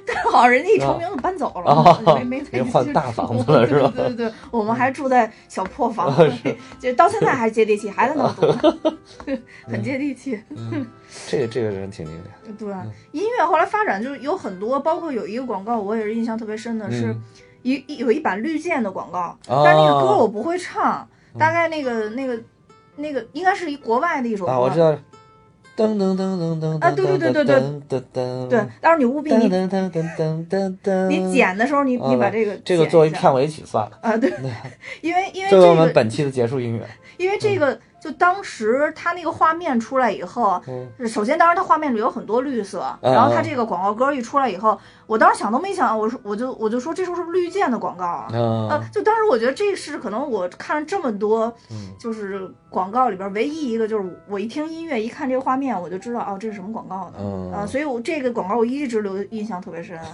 Speaker 1: 但是好像人家一成名就搬走了，
Speaker 2: 哦
Speaker 1: 没没再
Speaker 2: 人啊换大房子了是 吧嗯
Speaker 1: 对对对，我们还住在小破房 子里，就到现在还接地气，还在那么读， 很接地气。
Speaker 2: 嗯这个这个人挺经典，
Speaker 1: 对，啊音乐后来发展就是有很多，包括有一个广告我也是印象特别深的，是
Speaker 2: 嗯
Speaker 1: 一一有一版绿箭的广告，
Speaker 2: 哦
Speaker 1: 但是那个歌我不会唱，
Speaker 2: 嗯
Speaker 1: 大概那个那个那个应该是一国外的一首歌
Speaker 2: 啊，我知道了，噔噔噔噔噔噔，
Speaker 1: 啊对对对对对
Speaker 2: 噔噔噔，
Speaker 1: 对，到时候你务必
Speaker 2: 嗯噔
Speaker 1: 你
Speaker 2: 噔噔噔噔噔噔，
Speaker 1: 你剪的时候你，你
Speaker 2: 嗯
Speaker 1: 把这个
Speaker 2: 这个
Speaker 1: 剪
Speaker 2: 作为
Speaker 1: 一下
Speaker 2: 片尾曲算了，
Speaker 1: 啊， 对，因为因为这
Speaker 2: 作为我们
Speaker 1: 个
Speaker 2: 本嗯期的结束 音乐，
Speaker 1: 因为这个就当时它那个画面出来以后。
Speaker 2: 嗯，
Speaker 1: 首先，当然它画面里有很多绿色，
Speaker 2: 嗯
Speaker 1: 然后它这个广告歌一出来以后，我当时想都没想，我说我就我就说这是不是绿箭的广告啊？
Speaker 2: 啊
Speaker 1: 呃，，就当时我觉得这是可能我看了这么多
Speaker 2: 嗯，
Speaker 1: 就是广告里边唯一一个，就是我一听音乐一看这个画面，我就知道哦，这是什么广告呢？
Speaker 2: 嗯
Speaker 1: 啊，所以我这个广告我一直留印象特别深。啊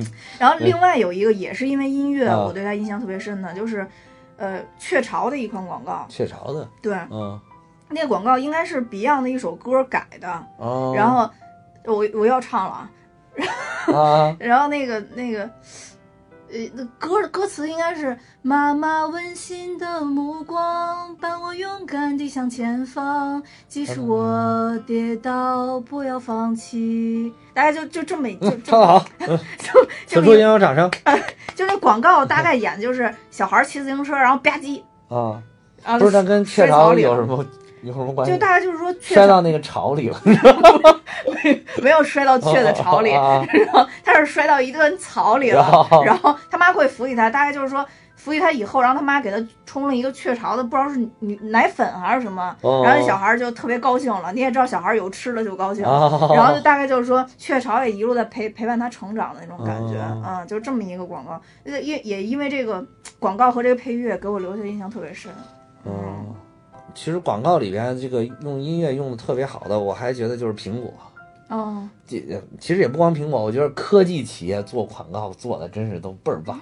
Speaker 1: 然后另外有一个也是因为音乐，
Speaker 2: 啊
Speaker 1: 我对它印象特别深的，就是，呃，雀巢的一款广告。
Speaker 2: 雀巢的，
Speaker 1: 对，
Speaker 2: 嗯，
Speaker 1: 那个广告应该是 Beyond 的一首歌改的。
Speaker 2: 哦，
Speaker 1: 然后我我要唱了啊，
Speaker 2: 啊，
Speaker 1: 然后那个那个。呃，那歌歌词应该是“妈妈温馨的目光伴我勇敢地向前方，即
Speaker 2: 嗯
Speaker 1: 使我跌倒，不要放弃。”大概就就这么一 就
Speaker 2: 唱
Speaker 1: 就
Speaker 2: 得好，
Speaker 1: 就
Speaker 2: 请出
Speaker 1: 一
Speaker 2: 应有掌声
Speaker 1: 就这广告大概演就是小孩骑自行车，然后吧唧，
Speaker 2: 啊！
Speaker 1: 然
Speaker 2: 不
Speaker 1: 后
Speaker 2: 是，那跟雀
Speaker 1: 摔草
Speaker 2: 巢
Speaker 1: 里
Speaker 2: 有
Speaker 1: 了
Speaker 2: 什么有什么关
Speaker 1: 就
Speaker 2: 系？
Speaker 1: 大概就是说雀
Speaker 2: 摔
Speaker 1: 巢
Speaker 2: 到那个 巢里了，
Speaker 1: 没有摔到雀的巢里，
Speaker 2: 啊
Speaker 1: 然后他是摔到一顿草里
Speaker 2: 然
Speaker 1: 了，
Speaker 2: 后
Speaker 1: 然后他妈会扶起他，大概就是说扶起他以后，然后他妈给他冲了一个雀巢的，不知道是女奶粉还是什么，
Speaker 2: 哦
Speaker 1: 然后那小孩就特别高兴了。你也知道，小孩有吃的就高兴，
Speaker 2: 啊，
Speaker 1: 然后就大概就是说雀巢也一路在陪陪伴他成长的那种感觉，嗯
Speaker 2: 哦
Speaker 1: 啊，就这么一个广告，也也也因为这个。广告和这个配乐给我留下的印象特别深。
Speaker 2: 嗯，其实广告里边这个用音乐用的特别好的，我还觉得就是苹果。
Speaker 1: 哦，
Speaker 2: 这其实也不光苹果，我觉得科技企业做广告做的真是都倍儿棒。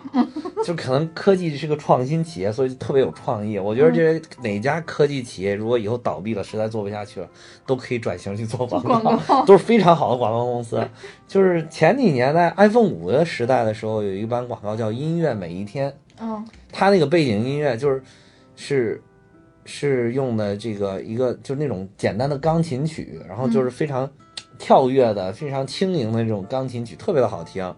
Speaker 2: 就可能科技是个创新企业，所以就特别有创意。我觉得这
Speaker 1: 嗯
Speaker 2: 哪家科技企业如果以后倒闭了，实在做不下去了，都可以转型去做广告，
Speaker 1: 做广 告
Speaker 2: 都是非常好的广告公司。就是前几年在 iPhone 五的时代的时候，有一版广告叫《音乐每一天》，
Speaker 1: 嗯
Speaker 2: 它那个背景音乐就是是是用的这个一个就是那种简单的钢琴曲，然后就是非常跳跃的、非常轻盈的那种钢琴曲，特别的好听。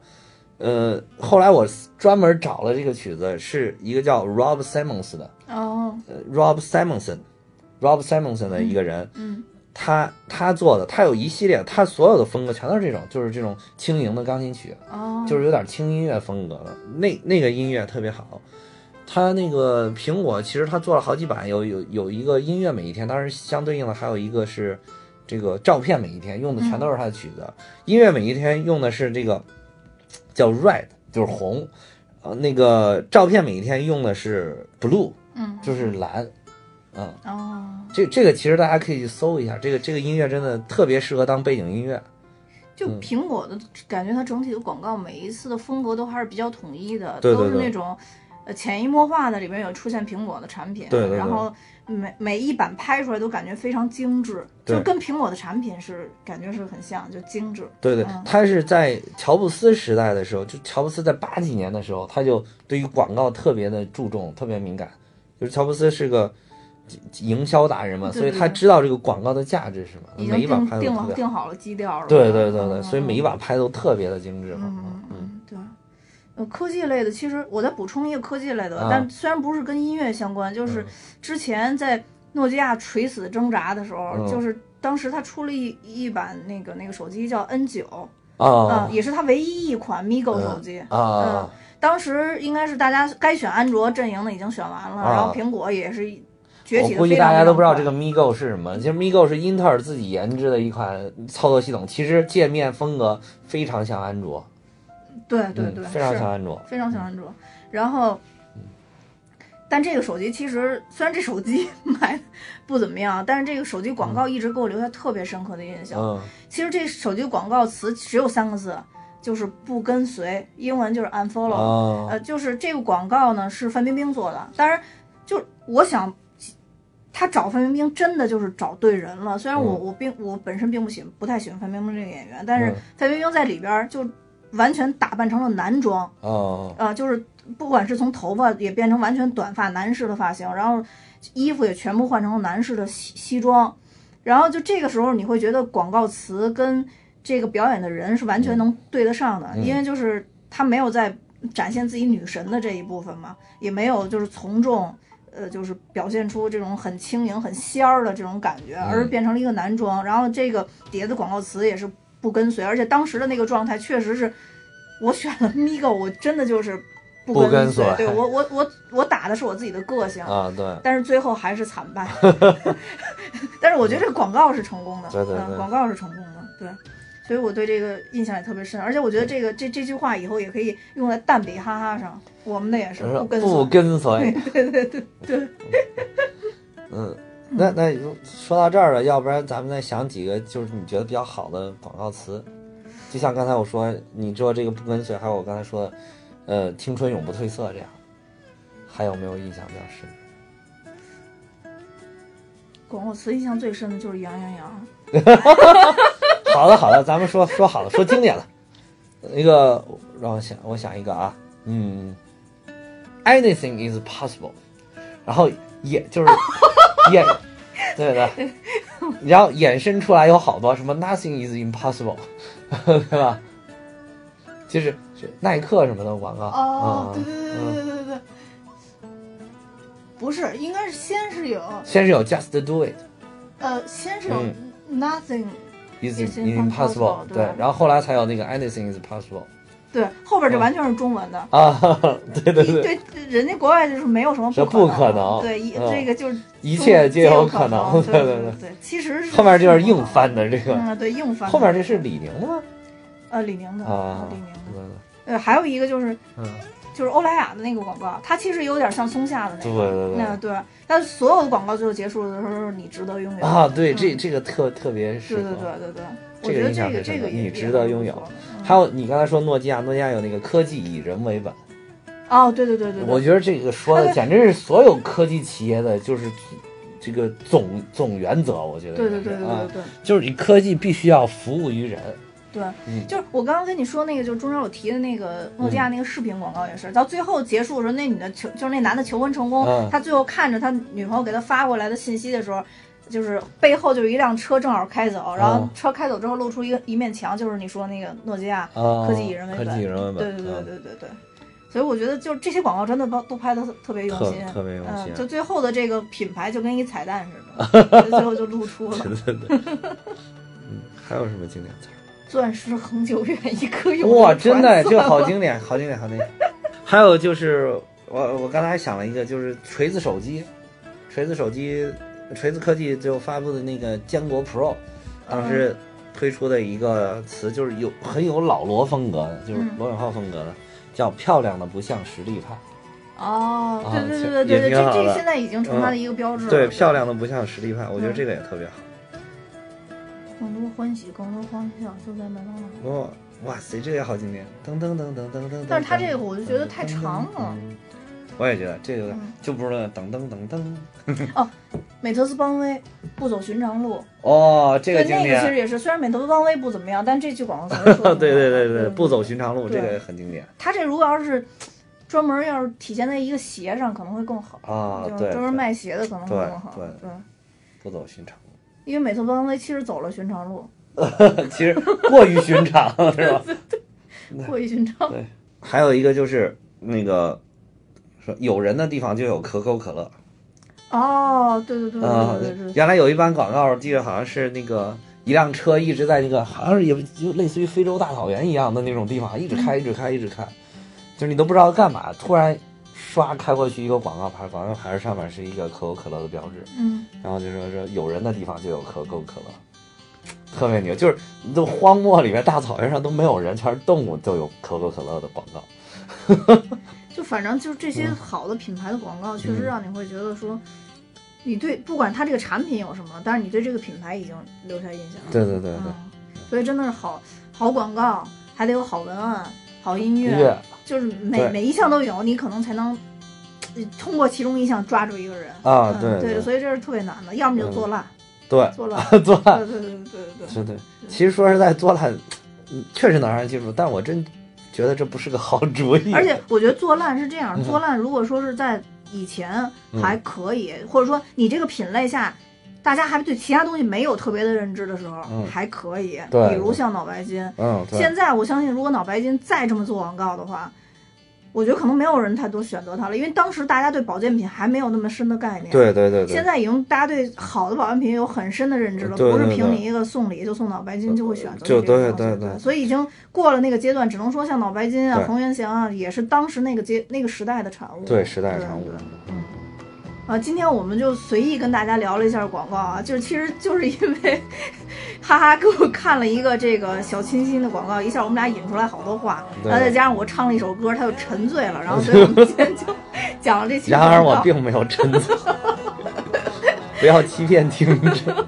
Speaker 2: 呃，后来我专门找了这个曲子，是一个叫 Rob Simonson 的、
Speaker 1: 哦
Speaker 2: 呃、Rob Simonson，Rob Simonson 的一个人，
Speaker 1: 嗯
Speaker 2: 他他做的，他有一系列，他所有的风格全都是这种，就是这种轻盈的钢琴曲。
Speaker 1: 哦，
Speaker 2: 就是是有点轻音乐风格了。那那个音乐特别好，它那个苹果其实它做了好几版，有有有一个音乐每一天，当然相对应的还有一个是这个照片每一天，用的全都是它的曲子。音乐每一天用的是这个叫 red，就是红，呃，那个照片每一天用的是 blue，
Speaker 1: 嗯
Speaker 2: 就是蓝，嗯。
Speaker 1: 哦，
Speaker 2: 这这个其实大家可以去搜一下，这个这个音乐真的特别适合当背景音乐。
Speaker 1: 就
Speaker 2: 嗯
Speaker 1: 苹果的感觉，它整体的广告每一次的风格都还是比较统一的，
Speaker 2: 对对
Speaker 1: 都
Speaker 2: 对
Speaker 1: 是那种。呃，潜移默化的里边有出现苹果的产品，啊
Speaker 2: 对对对
Speaker 1: 然后每每一版拍出来都感觉非常精致，
Speaker 2: 对
Speaker 1: 就跟苹果的产品是感觉是很像，就精致。
Speaker 2: 对对
Speaker 1: 嗯，
Speaker 2: 他是在乔布斯时代的时候，就乔布斯在八几年的时候，他就对于广告特别的注重，特别敏感。就是乔布斯是个营销达人嘛，
Speaker 1: 对
Speaker 2: 所以
Speaker 1: 对
Speaker 2: 他
Speaker 1: 对
Speaker 2: 知道这个广告的价值是什
Speaker 1: 已
Speaker 2: 呃么，每一
Speaker 1: 经
Speaker 2: 把
Speaker 1: 定
Speaker 2: 拍的
Speaker 1: 定了
Speaker 2: 特别好。
Speaker 1: 定好了基调了。
Speaker 2: 对对对对，所以每
Speaker 1: 没。
Speaker 2: 一把拍都特别的精致嘛。
Speaker 1: 嗯嗯，对。呃，科技类的，其实我再补充一个科技类的，
Speaker 2: 啊嗯
Speaker 1: 但虽然不是跟音乐相关，就是之前在诺基亚垂死挣扎的时候，
Speaker 2: 嗯
Speaker 1: 就是当时它出了一一版那个那个手机叫 N 九、
Speaker 2: 啊
Speaker 1: 嗯，也嗯是它唯一一款
Speaker 2: 嗯
Speaker 1: Migo 手机。
Speaker 2: 啊！
Speaker 1: 当时应该是大家该选安卓阵营的已经选完了，
Speaker 2: 啊
Speaker 1: 然后苹果也是崛
Speaker 2: 我
Speaker 1: 起的
Speaker 2: 估计大家都不知道这
Speaker 1: 个。
Speaker 2: 个 Migo 是什么。其实 Migo 是英特尔自己研制的一款操作系统，其实界面风格非常像安卓，
Speaker 1: 对对
Speaker 2: 嗯
Speaker 1: 对，
Speaker 2: 非常
Speaker 1: 是
Speaker 2: 像安卓。
Speaker 1: 非常喜欢安卓。然后，但这个手机其实虽然这手机 买的不怎么样，但是这个手机广告一直给我留下特别深刻的印象。
Speaker 2: 嗯
Speaker 1: 其实这手机广告词只有三个字，就是不跟随，英文就是 unfollow、
Speaker 2: 啊，
Speaker 1: 呃，就是这个广告呢是范冰冰做的，当然就我想。他找范冰冰真的就是找对人了，虽然我、
Speaker 2: 嗯
Speaker 1: 我并我本身并不喜不太喜欢范冰冰这个演员，但是
Speaker 2: 嗯
Speaker 1: 范冰冰在里边儿就完全打扮成了男装，
Speaker 2: 哦，
Speaker 1: 啊，就是不管是从头发也变成完全短发男士的发型，然后衣服也全部换成了男士的西西装，然后就这个时候你会觉得广告词跟这个表演的人是完全能对得上的，
Speaker 2: 嗯
Speaker 1: 因为就是他没有在展现自己女神的这一部分嘛，也没有就是从众。呃，就是表现出这种很轻盈、很仙儿的这种感觉，而变成了一个男装。然后这个碟子广告词也是不跟随，而且当时的那个状态确实是，我选了 Migo，我真的就是不
Speaker 2: 不跟
Speaker 1: 随
Speaker 2: 随。
Speaker 1: 对我我我我打的是我自己的个性，
Speaker 2: 啊，对，
Speaker 1: 但是最后还是惨 败。但是我觉得这个广告是成功的，
Speaker 2: 对对对
Speaker 1: 嗯，广告是成功的，对。所以我对这个印象也特别深，而且我觉得这个这这句话以后也可以用在蛋比哈哈上，我们的也是不跟随。
Speaker 2: 不跟随。
Speaker 1: 对对对对，
Speaker 2: 嗯，那那说到这儿了，要不然咱们再想几个，就是你觉得比较好的广告词。就像刚才我说，你说这个不跟随，还有我刚才说的，呃，青春永不褪色这样，还有没有印象比较深？
Speaker 1: 广告词印象最深的就是杨洋洋，
Speaker 2: 好的，好的，咱们说说好了，说经典了。 那个让我想，我想一个啊，嗯，anything is possible，然后也 就是衍，对的，然后衍生出来有好多什么 nothing is impossible，对吧？就是是耐克什么的广告
Speaker 1: 哦，
Speaker 2: 啊、
Speaker 1: 对对对对对对对，不是，应该是先是有，
Speaker 2: 先是有 just do it。
Speaker 1: 呃，先是有 nothing，、
Speaker 2: is
Speaker 1: It's impossible，
Speaker 2: impossible，
Speaker 1: 对
Speaker 2: 对，然后后来才有那个 anything is possible
Speaker 1: 对，后边这完全是中文的。
Speaker 2: 啊， 对对对，
Speaker 1: 对，人家国外就是没有什么
Speaker 2: 这
Speaker 1: 不
Speaker 2: 不可能
Speaker 1: 对，一
Speaker 2: 嗯
Speaker 1: 这个就是
Speaker 2: 一切皆有
Speaker 1: 可
Speaker 2: 可能，
Speaker 1: 对
Speaker 2: 对
Speaker 1: 对对，其实是
Speaker 2: 后面就是硬翻的这个，
Speaker 1: 嗯，对硬翻的。
Speaker 2: 后面这是李宁的吗？
Speaker 1: 呃李宁的
Speaker 2: 啊
Speaker 1: 李宁的，
Speaker 2: 嗯
Speaker 1: 呃，还有一个就是
Speaker 2: 嗯，
Speaker 1: 就是欧莱雅的那个广告，它其实有点像松下的那
Speaker 2: 对
Speaker 1: 个。
Speaker 2: 对
Speaker 1: 那
Speaker 2: 对。
Speaker 1: 对，但所有的广告最后结束的时候是你值得拥有。
Speaker 2: 啊，对，
Speaker 1: 嗯
Speaker 2: 这这个特特别适
Speaker 1: 对
Speaker 2: 合。
Speaker 1: 对对对对，我
Speaker 2: 这个
Speaker 1: 觉得这
Speaker 2: 印象
Speaker 1: 个
Speaker 2: 很深
Speaker 1: 这
Speaker 2: 刻
Speaker 1: 个也
Speaker 2: 你
Speaker 1: 也
Speaker 2: 值得
Speaker 1: 很
Speaker 2: 拥
Speaker 1: 不
Speaker 2: 有
Speaker 1: 错。嗯
Speaker 2: 还有你刚才说诺基亚，诺基亚有那个科技以人为本，
Speaker 1: 哦，对对对对，对
Speaker 2: 我觉得这个说的
Speaker 1: 它
Speaker 2: 简直是所有科技企业的就是这个总总原则，我觉得
Speaker 1: 对
Speaker 2: 应该
Speaker 1: 对
Speaker 2: 是
Speaker 1: 对对
Speaker 2: 啊
Speaker 1: 对对
Speaker 2: 就是你科技必须要服务于人，
Speaker 1: 对，
Speaker 2: 嗯
Speaker 1: 就是我刚刚跟你说那个，就是中间我提的那个诺基亚那个视频广告也是，到最后结束的时候，那女的求就是那男的求婚成功，
Speaker 2: 嗯
Speaker 1: 他最后看着他女朋友给他发过来的信息的时候。就是背后就是一辆车正好开走，然后
Speaker 2: 嗯
Speaker 1: 车开走之后露出一个一面墙，就是你说那个诺基亚，
Speaker 2: 啊，
Speaker 1: 科技以人为本
Speaker 2: 科技以人为
Speaker 1: 对
Speaker 2: 本，
Speaker 1: 对
Speaker 2: 啊
Speaker 1: 对对对对，所以我觉得就是这些广告真的都都拍的特别用
Speaker 2: 特
Speaker 1: 心，
Speaker 2: 特别用心
Speaker 1: 嗯，就最后的这个品牌就跟一彩蛋似 的，就最后就露出了
Speaker 2: 对对对，嗯，还有什么经典词儿？
Speaker 1: “钻石恒久远，一 颗永流
Speaker 2: 哇，
Speaker 1: 传”，
Speaker 2: 真的这好经典，好经典，好经典。还有就是我我刚才还想了一个，就是锤子手机，锤子手机，锤子科技就发布的那个坚果 Pro，当时推出的一个词就是有很有老罗风格的，就是
Speaker 1: 嗯
Speaker 2: 罗永浩风格的，叫漂亮的不像实力派。
Speaker 1: 哦，
Speaker 2: 啊
Speaker 1: 对对
Speaker 2: 这
Speaker 1: 对对
Speaker 2: 也
Speaker 1: 对，
Speaker 2: 挺
Speaker 1: 这
Speaker 2: 好
Speaker 1: 这
Speaker 2: 的嗯
Speaker 1: 现在已经成它的一个标志了。
Speaker 2: 对，漂亮的不像实力派，我觉得
Speaker 1: 嗯
Speaker 2: 这个也特别好。
Speaker 1: 更多欢喜，更多欢笑，就在麦当劳。
Speaker 2: 哦，哇塞，这个也好经典！噔噔噔噔噔噔噔。
Speaker 1: 但是它这个我就觉得太长了。
Speaker 2: 嗯。我也觉得这个
Speaker 1: 嗯
Speaker 2: 就不是噔噔噔噔。
Speaker 1: 美特斯邦威不走寻常路，
Speaker 2: 哦，这
Speaker 1: 对
Speaker 2: 个经
Speaker 1: 那个其实
Speaker 2: 典。哦
Speaker 1: 也是，虽然美特斯邦威不怎么样，但这句广告 词儿说的
Speaker 2: 对对对
Speaker 1: 对，
Speaker 2: 不走。寻常路，这
Speaker 1: 嗯对
Speaker 2: 个也很经典
Speaker 1: 它这如果要是专门要是体现在一个鞋上，可能会更好。
Speaker 2: 啊
Speaker 1: 就！是
Speaker 2: 对，
Speaker 1: 专门
Speaker 2: 对
Speaker 1: 卖鞋的可能会
Speaker 2: 对
Speaker 1: 更好。
Speaker 2: 对
Speaker 1: 对，
Speaker 2: 不走寻常
Speaker 1: 因为美特斯邦威其实走了寻常路，
Speaker 2: 路， 其实过于寻常了，是吧？
Speaker 1: 过于寻常。
Speaker 2: 还有一个就是那个说有人的地方就有可口可乐。
Speaker 1: 哦，对对对
Speaker 2: 啊
Speaker 1: 对对对，对，
Speaker 2: 原来有一版广告，我记得好像是那个一辆车一直在那个，好像是也就类似于非洲大草原一样的那种地方，一直开，一直开，一直开，就是你都不知道干嘛，突然刷开过去一个广告牌，广告牌上面是一个可口可乐的标志，
Speaker 1: 嗯，
Speaker 2: 然后就说说有人的地方就有可口可乐，特别牛，就是你都荒漠里面大草原上都没有人，全是动物，都有可口可乐的广告。
Speaker 1: 就反正就是这些
Speaker 2: 嗯
Speaker 1: 好的品牌的广告，确实让你会觉得说，你对不管它这个产品有什么，但是你对这个品牌已经留下印象了。
Speaker 2: 对对对对，
Speaker 1: 嗯，所以真的是好好广告，还得有好文案、好音
Speaker 2: 音
Speaker 1: 乐，
Speaker 2: 乐
Speaker 1: 就是每
Speaker 2: 对
Speaker 1: 每一项都有，你可能才能呃通过其中一项抓住一个人。
Speaker 2: 啊，
Speaker 1: 嗯
Speaker 2: 对
Speaker 1: 对
Speaker 2: 对嗯
Speaker 1: 所以这是特别难的，要么就做烂，
Speaker 2: 对
Speaker 1: 做 烂，
Speaker 2: 对，做
Speaker 1: 对对对对对对。
Speaker 2: 是对，其实说实在，做烂，嗯确实能让人记住，但我真觉得这不是个好主意。
Speaker 1: 而且我觉得做烂是这样，
Speaker 2: 嗯
Speaker 1: 做烂如果说是在以前
Speaker 2: 嗯
Speaker 1: 还可以，或者说你这个品类下。大家还对其他东西没有特别的认知的时候，
Speaker 2: 嗯
Speaker 1: 还可以，
Speaker 2: 对
Speaker 1: 比如像脑白金，
Speaker 2: 嗯，对，
Speaker 1: 现在我相信，如果脑白金再这么做广告的话，我觉得可能没有人太多选择它了，因为当时大家对保健品还没有那么深的概念。。
Speaker 2: 对对对
Speaker 1: 现
Speaker 2: 对，
Speaker 1: 在已经大家对好的保健品有很深的认知了，
Speaker 2: 对对
Speaker 1: 不是凭
Speaker 2: 对
Speaker 1: 你一个送礼就送脑白金就会选择这个
Speaker 2: 就对
Speaker 1: 东西
Speaker 2: 对对
Speaker 1: 所以已经过了那个阶段，只能说像脑白金啊
Speaker 2: 对、
Speaker 1: 恒源祥啊，也是当时那个阶那个时代的产物。
Speaker 2: 对时代产物
Speaker 1: 对。对嗯。啊，今天我们就随意跟大家聊了一下广告啊，就是其实就是因为 哈哈给我看了一个这个小清新的广告，一下我们俩引出来好多话，
Speaker 2: 对
Speaker 1: 然后再加上我唱了一首歌，他就沉醉了，然后所以我们今天就讲了这期
Speaker 2: 然
Speaker 1: 广告。
Speaker 2: 而我并没有真的， 不要欺骗听众。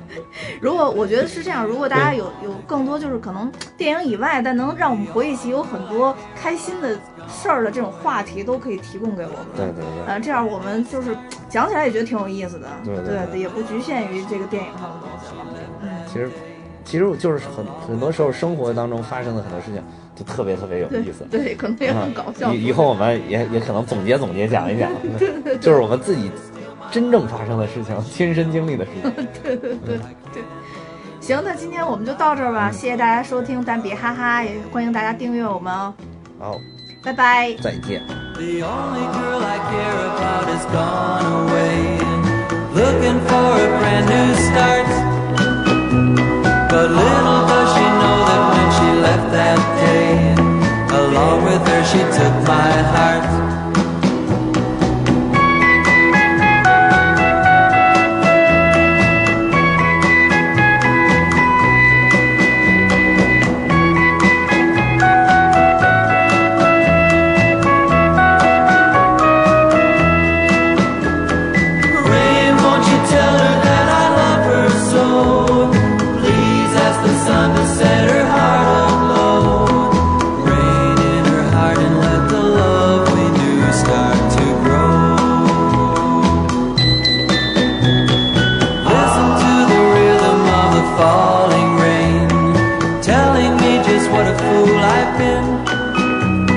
Speaker 1: 如果我觉得是这样，如果大家有有更多就是可能电影以外，但能让我们回忆起有很多开心的事儿的这种话题，都可以提供给我们。
Speaker 2: 对对对，
Speaker 1: 呃，这样我们就是讲起来也觉得挺有意思的，
Speaker 2: 对对对
Speaker 1: 也不局限于这个电影上的东西了。嗯，
Speaker 2: 其实其实就是很很多时候生活当中发生的很多事情，就特别特别有
Speaker 1: 对
Speaker 2: 意思。
Speaker 1: 对，可能也很搞笑。
Speaker 2: 嗯以以后我们也也可能总结总结讲一讲， 就是我们自己真正发生的事情，亲身经历的事情。
Speaker 1: 行，那今天我们就到这儿
Speaker 2: 嗯
Speaker 1: 吧，谢谢大家收听，但别哈哈，也欢迎大家订阅我们哦，
Speaker 2: 好，
Speaker 1: 拜拜。
Speaker 2: 再见。
Speaker 3: The only girl I care about is gone away. Looking for a brand new start. But little does she know that when she left that day, along with her she took my heart. I've been.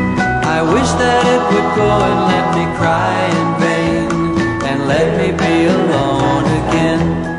Speaker 3: I wish that it would go and let me cry in vain and let me be alone again. Oh, Oh,